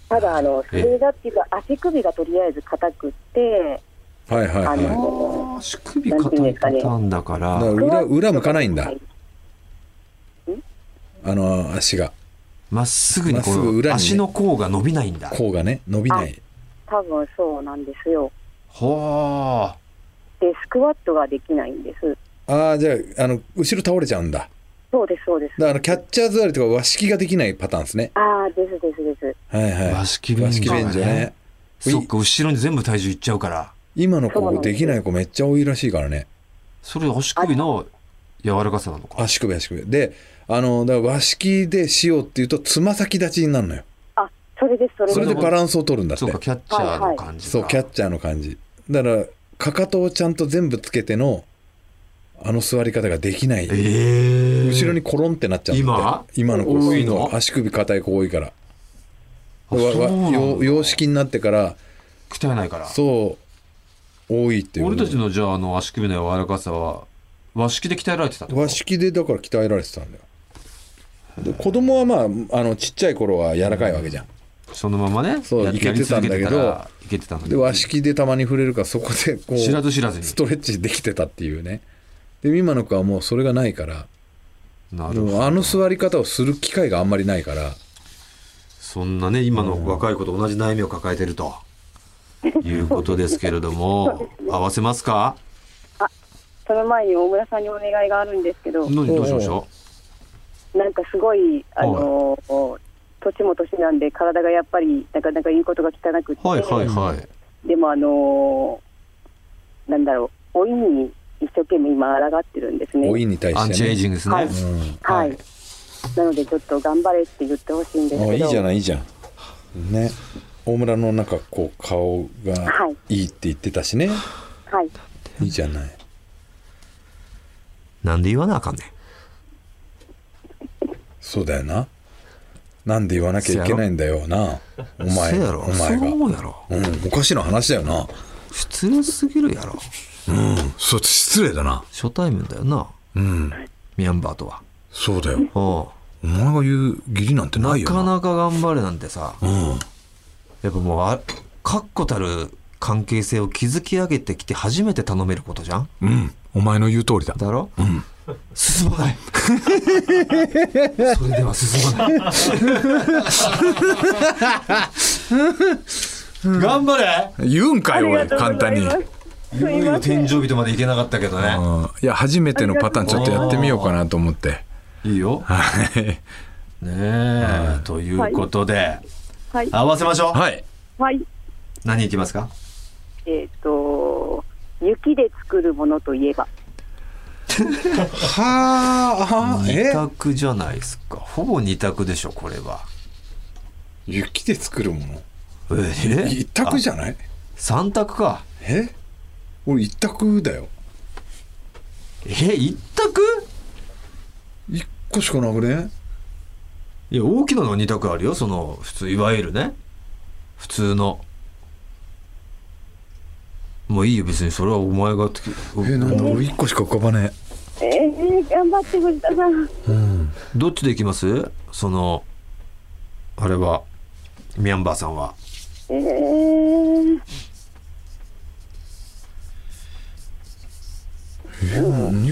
[SPEAKER 3] ただあの
[SPEAKER 1] ええ
[SPEAKER 3] 正座っていうか足首がとりあえず硬くって
[SPEAKER 2] はいはい
[SPEAKER 3] あ
[SPEAKER 2] は
[SPEAKER 3] の
[SPEAKER 1] 足首硬いパターンだから
[SPEAKER 2] いだから裏裏向かないんだ
[SPEAKER 3] はい
[SPEAKER 2] あの足が
[SPEAKER 1] まっすぐにこ
[SPEAKER 2] まっすぐ
[SPEAKER 1] う
[SPEAKER 2] 裏にね
[SPEAKER 1] 足の甲が伸びないんだ
[SPEAKER 2] 甲がね伸びない
[SPEAKER 3] 多分そうなんですよ
[SPEAKER 1] ほ
[SPEAKER 3] でスクワットができないんです
[SPEAKER 2] ああじゃああの後ろ倒れちゃうんだだか
[SPEAKER 3] そうですそうです
[SPEAKER 2] らあのキャッチャー座りとか和式ができないパターンですね
[SPEAKER 3] ああですですです
[SPEAKER 2] はい
[SPEAKER 1] ー
[SPEAKER 2] はい
[SPEAKER 1] 和
[SPEAKER 2] 和
[SPEAKER 1] 式便
[SPEAKER 2] 式
[SPEAKER 1] 所
[SPEAKER 2] 便所ね
[SPEAKER 1] そっか後ろに全部体重いっちゃうから
[SPEAKER 2] 今の
[SPEAKER 3] そうな
[SPEAKER 2] 子
[SPEAKER 3] んです
[SPEAKER 2] できない子めっちゃ多いらしいからね
[SPEAKER 1] それ足首の柔らかさなのか
[SPEAKER 2] 足首足首であのだから和式でしようっていうとつま先立ちになるのよ
[SPEAKER 3] あそれですそれ
[SPEAKER 2] それで
[SPEAKER 3] です
[SPEAKER 2] バランスを取るんだって
[SPEAKER 1] そうか、キャッチャーの感じか
[SPEAKER 2] そうキャッチャーの感じだからかかとをちゃんと全部つけてのあの座り方ができない、
[SPEAKER 1] ええ
[SPEAKER 2] 後ろにコロンってなっちゃうんだって今の子
[SPEAKER 1] 多いの
[SPEAKER 2] 足首硬い子多いから
[SPEAKER 1] あそう
[SPEAKER 2] わ
[SPEAKER 1] なんだ
[SPEAKER 2] わ洋洋式になってから
[SPEAKER 1] 鍛えないから。
[SPEAKER 2] そう多いっていう
[SPEAKER 1] 俺たちのじゃあ、あの、足首の柔らかさは、和式で鍛えられてたってこと
[SPEAKER 2] 和式でだから鍛えられてたんだよで子供はまああのちっちゃい頃は柔らかいわけじゃん、
[SPEAKER 1] そのままね、
[SPEAKER 2] そう
[SPEAKER 1] や
[SPEAKER 2] いけてたんだ
[SPEAKER 1] やり
[SPEAKER 2] けど
[SPEAKER 1] 続からいけてたんだけ
[SPEAKER 2] で
[SPEAKER 1] ど。
[SPEAKER 2] 和式でたまに触れるからそこでこう
[SPEAKER 1] 知らず知らず
[SPEAKER 2] ス
[SPEAKER 1] に。
[SPEAKER 2] トレッチできてたっていうねで今の子はもうそれがないから
[SPEAKER 1] な
[SPEAKER 2] で
[SPEAKER 1] るほ
[SPEAKER 2] も
[SPEAKER 1] ど。
[SPEAKER 2] あの座り方をする機会があんまりないから
[SPEAKER 1] そんなね、今の若い子と同じ悩みを抱えてると。いうことですけれど も、合わせますか
[SPEAKER 3] その前に大村さんにお願いがあるんですけど
[SPEAKER 1] 何どうしましょ
[SPEAKER 3] なんかすごいあの年も年なんで体がやっぱりなかなか言うことが汚くて、
[SPEAKER 1] うはいはいはい。
[SPEAKER 3] でもあのなんだろう老いに一生懸命今抗ってるんですね
[SPEAKER 2] 老いに対
[SPEAKER 1] アン
[SPEAKER 2] し
[SPEAKER 1] チ
[SPEAKER 2] て
[SPEAKER 1] エイ
[SPEAKER 2] ね
[SPEAKER 1] ジングですね。
[SPEAKER 3] はい
[SPEAKER 2] うん
[SPEAKER 3] はい、なのでちょっと頑張れって言ってほしいんですけ
[SPEAKER 2] あ
[SPEAKER 3] ど
[SPEAKER 2] いいじゃないいいじゃんね大村のなんかこう顔がいいって言ってたしね、
[SPEAKER 3] はい
[SPEAKER 2] い、いじゃない
[SPEAKER 1] なんで言わなあかんねん。
[SPEAKER 2] そうだよななんで言わなきゃいけないんだよなお前
[SPEAKER 1] そうやろ。
[SPEAKER 2] お前
[SPEAKER 1] そ
[SPEAKER 2] が
[SPEAKER 1] う思うやろ。
[SPEAKER 2] うん、おかしな話だよな
[SPEAKER 1] 失礼すぎるやろ。
[SPEAKER 2] うんそう失礼だな
[SPEAKER 1] 初対面だよな。
[SPEAKER 2] うん
[SPEAKER 1] ミャンバーとは。
[SPEAKER 2] そうだよ
[SPEAKER 1] うん。
[SPEAKER 2] お前が言う義理なんて
[SPEAKER 1] なかなか頑張れなんてさ、
[SPEAKER 2] うん
[SPEAKER 1] やっぱもうあ、確固たる関係性を築き上げてきて初めて頼めることじゃん
[SPEAKER 2] うんお前の言う通りだ
[SPEAKER 1] だろうん。進まない。それでは進まない。頑張れ
[SPEAKER 2] 言うんか
[SPEAKER 3] あ
[SPEAKER 2] よ
[SPEAKER 3] り
[SPEAKER 2] お
[SPEAKER 3] が
[SPEAKER 2] い
[SPEAKER 3] とう
[SPEAKER 2] 簡
[SPEAKER 3] ござ
[SPEAKER 2] 単
[SPEAKER 3] い
[SPEAKER 2] に
[SPEAKER 3] ます
[SPEAKER 1] いよいよ天井人まで行けなかったけどね。
[SPEAKER 2] うんいや初めてのパターンちょっとやってみようかなと思って
[SPEAKER 1] いいよ。
[SPEAKER 2] はい
[SPEAKER 1] ねえ。ということで、
[SPEAKER 3] はい
[SPEAKER 1] 合わせましょう。
[SPEAKER 2] はい
[SPEAKER 3] はい
[SPEAKER 1] 何いきますか
[SPEAKER 3] えっ、と雪で作るものといえば
[SPEAKER 2] はあ
[SPEAKER 1] 二択じゃないですか。ほぼ二択でしょ、これは。
[SPEAKER 2] 雪で作るもの
[SPEAKER 1] え
[SPEAKER 2] 一択じゃない
[SPEAKER 1] 三択か。
[SPEAKER 2] え俺一択だよ
[SPEAKER 1] え、一択
[SPEAKER 2] 一個しかなくね
[SPEAKER 1] いや、大きなのは二択あるよ。その、普通、いわゆるね。普通の。もういいよ、別に。それはお前がつけ、
[SPEAKER 2] えなんだ俺一個しか浮かばね
[SPEAKER 3] えー、頑張って藤田さん
[SPEAKER 2] えうん
[SPEAKER 1] どっちでいきますその、あれは、ミャンバーさんは。
[SPEAKER 3] えー、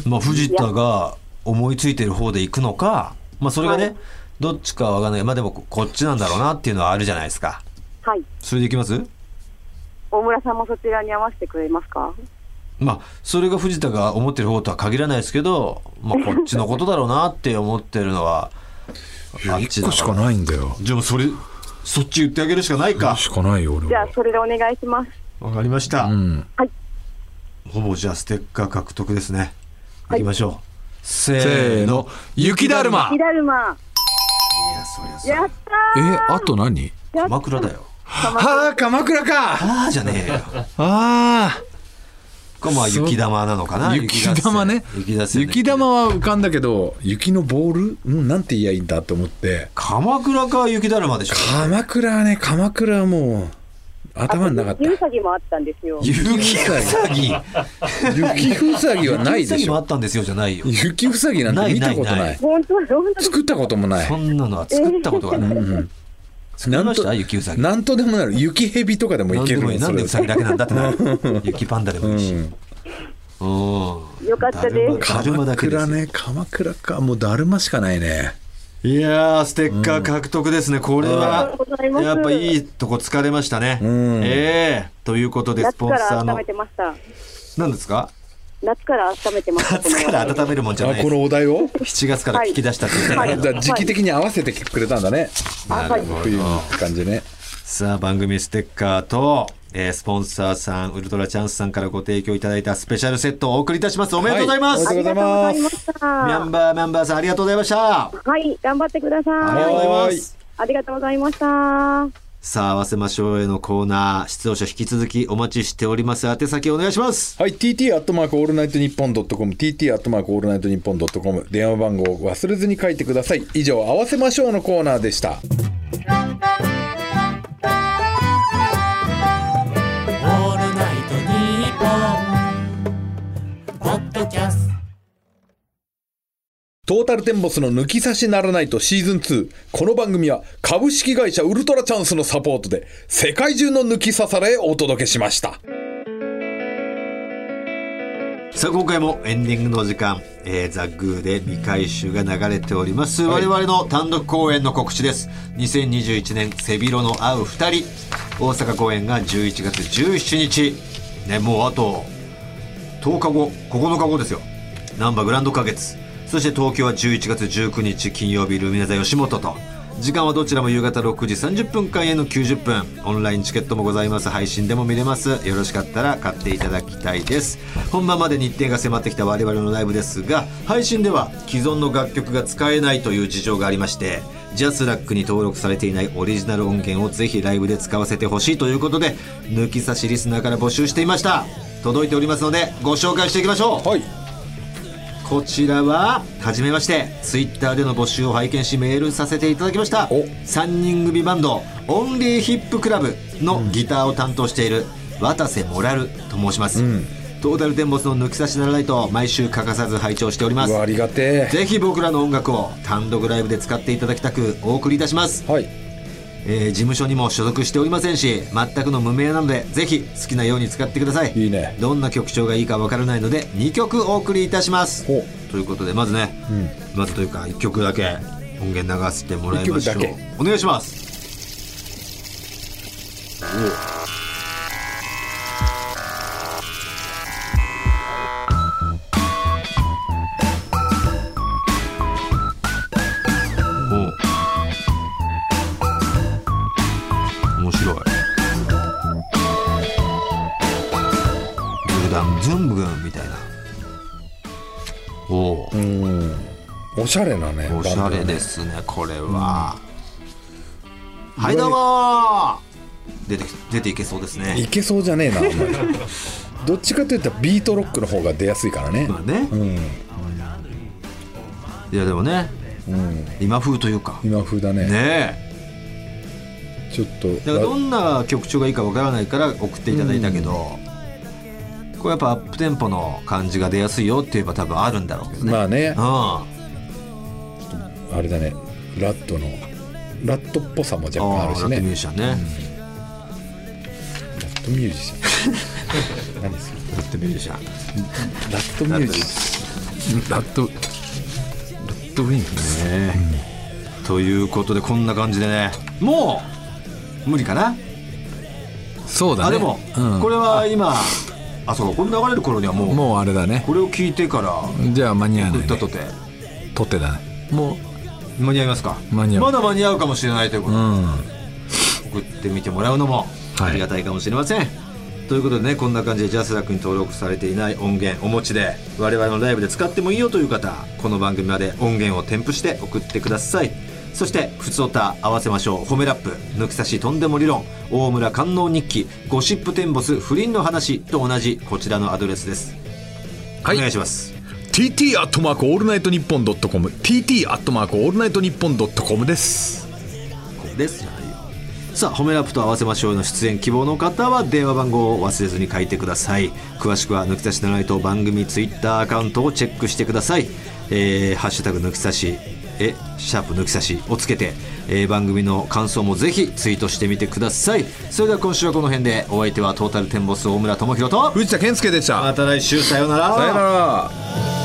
[SPEAKER 1] まあ、藤田が思いついてる方で行くのか、まあ、それがね、
[SPEAKER 3] はい
[SPEAKER 1] どっちかは分かんない。まあ、でも、こっちなんだろうなっていうのはあるじゃないですか。
[SPEAKER 3] はい
[SPEAKER 1] それでいきます
[SPEAKER 3] 大村さんもそちらに合わせてくれますか
[SPEAKER 1] まあ、それが藤田が思ってる方とは限らないですけど、まあ、こっちのことだろうなって思ってるのは、
[SPEAKER 2] いや
[SPEAKER 1] あっ
[SPEAKER 2] 一
[SPEAKER 1] ち
[SPEAKER 2] 個
[SPEAKER 1] だ
[SPEAKER 2] し
[SPEAKER 1] か。
[SPEAKER 2] からないんだよ
[SPEAKER 1] じゃあもうそれ、そっち言ってあげるしかないか。
[SPEAKER 2] しかないよ俺
[SPEAKER 3] じゃあ
[SPEAKER 2] は
[SPEAKER 3] それでお願いします
[SPEAKER 1] わかりました。
[SPEAKER 2] うん
[SPEAKER 1] ほぼじゃあステッカー獲得ですね。
[SPEAKER 3] はい
[SPEAKER 1] 行きましょう。せ
[SPEAKER 2] せ
[SPEAKER 1] ー
[SPEAKER 2] ー
[SPEAKER 1] の
[SPEAKER 2] の。雪だるま
[SPEAKER 3] 火だるま
[SPEAKER 1] いや、そりゃ
[SPEAKER 3] や
[SPEAKER 1] さ
[SPEAKER 3] っ、
[SPEAKER 2] えあと何
[SPEAKER 3] たー
[SPEAKER 1] 鎌倉だよ。
[SPEAKER 2] ああ鎌倉かあ
[SPEAKER 1] ああじゃねえよ。
[SPEAKER 2] あ
[SPEAKER 1] これまあ雪玉なのかな。
[SPEAKER 2] 雪玉ね
[SPEAKER 1] 雪だ
[SPEAKER 2] 雪玉は浮かんだけど雪のボールうんなんて言いやいいんだと思って
[SPEAKER 1] 鎌倉か雪だるまでしょ。
[SPEAKER 2] 鎌倉はね鎌倉はもう頭になかった
[SPEAKER 3] ゆうさぎもあったんですよ
[SPEAKER 1] 雪うさぎ。
[SPEAKER 2] 雪ふさぎはな
[SPEAKER 1] 雪
[SPEAKER 2] いで
[SPEAKER 1] うさぎ
[SPEAKER 2] し
[SPEAKER 1] もあ
[SPEAKER 2] ょ
[SPEAKER 1] ったんですよじゃないよ。
[SPEAKER 2] 雪ふさぎなんて見たことない
[SPEAKER 1] ないない
[SPEAKER 3] 本当はどうな
[SPEAKER 2] 作ったこともない
[SPEAKER 1] そんなのは作ったことがない。
[SPEAKER 2] うん
[SPEAKER 1] 作りました雪うさぎ。
[SPEAKER 2] なんとでもなる雪蛇とかでもいけるの
[SPEAKER 1] なんでもいいなんでう
[SPEAKER 2] そ
[SPEAKER 1] さぎ
[SPEAKER 2] れ
[SPEAKER 1] だけなんだってなる 雪パンダでもいいし、
[SPEAKER 2] うん
[SPEAKER 1] うん
[SPEAKER 3] よかったです
[SPEAKER 1] だるまだ
[SPEAKER 2] 鎌
[SPEAKER 1] けです
[SPEAKER 2] 倉ね鎌倉かもうだるましかないね
[SPEAKER 1] いやーステッカー獲得ですね、これ
[SPEAKER 3] あり
[SPEAKER 1] は
[SPEAKER 3] がとうございます
[SPEAKER 1] やっぱいいとこ疲れましたね、
[SPEAKER 2] うん
[SPEAKER 1] ええということでス
[SPEAKER 3] 夏
[SPEAKER 1] ポン
[SPEAKER 3] か
[SPEAKER 1] サー
[SPEAKER 3] ら温
[SPEAKER 1] の
[SPEAKER 3] めてました
[SPEAKER 1] 何ですか
[SPEAKER 3] 夏から温めてました
[SPEAKER 1] 夏から温めるもんじゃ
[SPEAKER 2] あ
[SPEAKER 1] ない
[SPEAKER 2] このお題を
[SPEAKER 1] 7月から聞き出したって言ってた
[SPEAKER 3] は
[SPEAKER 1] け
[SPEAKER 3] い
[SPEAKER 1] ど
[SPEAKER 2] じゃあ時期的に合わせてくれたんだね
[SPEAKER 3] あはい
[SPEAKER 2] 冬にって感じね
[SPEAKER 1] さあ番組ステッカーと、えースポンサーさんウルトラチャンスさんからご提供いただいたスペシャルセットをお送りいたしますおめでとうございます、
[SPEAKER 2] は
[SPEAKER 3] あ
[SPEAKER 2] い
[SPEAKER 3] りがとうございまし
[SPEAKER 1] ミャン
[SPEAKER 3] た
[SPEAKER 1] バーミャンバーさんありがとうございました
[SPEAKER 3] はい頑張ってください
[SPEAKER 1] ありがとうございま
[SPEAKER 2] はーい
[SPEAKER 1] す
[SPEAKER 3] ありがとうございました。
[SPEAKER 1] さあ、合わせましょうへのコーナー、出場者引き続きお待ちしております。宛先お願いします。
[SPEAKER 2] はい、TT アットマークオールナイトニッポンドットコム、TT アットマークオールナイトニッポンドットコム、電話番号を忘れずに書いてください。以上、合わせましょうのコーナーでした。
[SPEAKER 4] オールナイトニッポン」ポッドキャスト
[SPEAKER 2] トータルテンボスの抜き差しならないとシーズン2。この番組は株式会社ウルトラチャンスのサポートで世界中の抜き差されをお届けしました。
[SPEAKER 1] さあ、今回もエンディングのお時間、えー、ザ・グーで未回収が流れております。
[SPEAKER 2] はい
[SPEAKER 1] 我々の単独公演の告知です。2021年、背広の合う二人、大阪公演が11月17日。ね、もうあと、10日後、9日後ですよ。ナンバーグランド花月。そして東京は11月19日金曜日、ルミネ座吉本と。時間はどちらも夕方6時30分間への90分。オンラインチケットもございます。配信でも見れます。よろしかったら買っていただきたいです。本番まで日程が迫ってきた我々のライブですが、配信では既存の楽曲が使えないという事情がありまして、ジャスラックに登録されていないオリジナル音源をぜひライブで使わせてほしいということで、抜き差しリスナーから募集していました。届いておりますので、ご紹介していきましょう。
[SPEAKER 2] はい。
[SPEAKER 1] こちらは、はじめまして、ツイッターでの募集を拝見し、メールさせていただきました
[SPEAKER 2] お。
[SPEAKER 1] 三人組バンド、オンリーヒップクラブのギターを担当している、渡瀬モラルと申します。トータルテンボスの抜き差しならないと、毎週欠かさず拝聴しておりま
[SPEAKER 2] う
[SPEAKER 1] す
[SPEAKER 2] わ、。ありがて
[SPEAKER 1] ぜひ僕らの音楽を単独ライブで使っていただきたくお送りいたします
[SPEAKER 2] え。。はい。
[SPEAKER 1] えー事務所にも所属しておりませんし全くの無名なのでぜひ好きなように使ってください
[SPEAKER 2] いいね
[SPEAKER 1] どんな曲調がいいかわからないので2曲お送りいたします
[SPEAKER 2] ほ
[SPEAKER 1] ということでまずね、まずというか1曲だけ音源流してもらいましょ
[SPEAKER 2] 一
[SPEAKER 1] う
[SPEAKER 2] 曲だけ
[SPEAKER 1] お願いしますお面白いグダンズンブグンみたいなおお
[SPEAKER 2] おしゃれなね。
[SPEAKER 1] おしゃれ
[SPEAKER 2] バンドだね
[SPEAKER 1] ですねこれは、はいどうもー出てき出ていけそうです
[SPEAKER 2] い
[SPEAKER 1] ね
[SPEAKER 2] けそうじゃね えな、お前どっちかというとビートロックの方が出やすいからね。
[SPEAKER 1] まあね、いやでもね、今風というか
[SPEAKER 2] 今風だね。
[SPEAKER 1] ねえ
[SPEAKER 2] ちょっと。
[SPEAKER 1] だからどんな曲調がいいかわからないから送っていただいたけど、これやっぱアップテンポの感じが出やすいよって言えば多分あるんだろうけどね、
[SPEAKER 2] まあね、
[SPEAKER 1] うん
[SPEAKER 2] あれだね。ラットの、ラットっぽさも若干あ
[SPEAKER 1] あ
[SPEAKER 2] る
[SPEAKER 1] あ、
[SPEAKER 2] し
[SPEAKER 1] ラッ
[SPEAKER 2] ね
[SPEAKER 1] クミュ。ージシャンね、
[SPEAKER 2] ラットミュージシャン。 何ですか
[SPEAKER 1] ラックミュージシャン
[SPEAKER 2] ラットミュージシャン。ラット、ラットウィンク
[SPEAKER 1] ねということでこんな感じでねもう無理かな
[SPEAKER 5] そうだね
[SPEAKER 1] あでも、
[SPEAKER 5] うん
[SPEAKER 1] これは今あそうかこれ流れる頃にはもう
[SPEAKER 5] もうあれだね
[SPEAKER 1] これを聞いてから
[SPEAKER 5] じゃあ間に合わ
[SPEAKER 1] 送
[SPEAKER 5] な
[SPEAKER 1] っ
[SPEAKER 5] い、
[SPEAKER 1] た
[SPEAKER 5] ね、
[SPEAKER 1] とて
[SPEAKER 5] 取ってだねもう
[SPEAKER 1] 間に合いますか
[SPEAKER 5] 間に合う
[SPEAKER 1] まだ間に合うかもしれないということで、
[SPEAKER 5] うん
[SPEAKER 1] 送ってみてもらうのも
[SPEAKER 5] はい
[SPEAKER 1] ありがたいかもしれません、ということでねこんな感じでジャスラックに登録されていない音源お持ちで我々のライブで使ってもいいよという方この番組まで音源を添付して送ってくださいそして「ふつおた」合わせましょう「褒めラップ」「抜き差しとんでも理論」「大村官能日記」「ゴシップテンボス不倫の話」と同じこちらのアドレスです、
[SPEAKER 2] はい
[SPEAKER 1] お願いします
[SPEAKER 2] TT アットマークオールナイトニッポンドットコム TT アットマークオールナイトニッポンドットコムです
[SPEAKER 1] これですじゃないよさあ「褒めラップ」と合わせましょうの出演希望の方は電話番号を忘れずに書いてください詳しくは「抜き差しならないと」番組ツイッターアカウントをチェックしてください「えーハッシュタグ抜き差し」えシャープ抜き差しをつけて、えー番組の感想もぜひツイートしてみてくださいそれでは今週はこの辺でお相手はトータルテンボス大村智広と
[SPEAKER 2] 藤田健介でした
[SPEAKER 1] また来週さよう
[SPEAKER 2] さよなら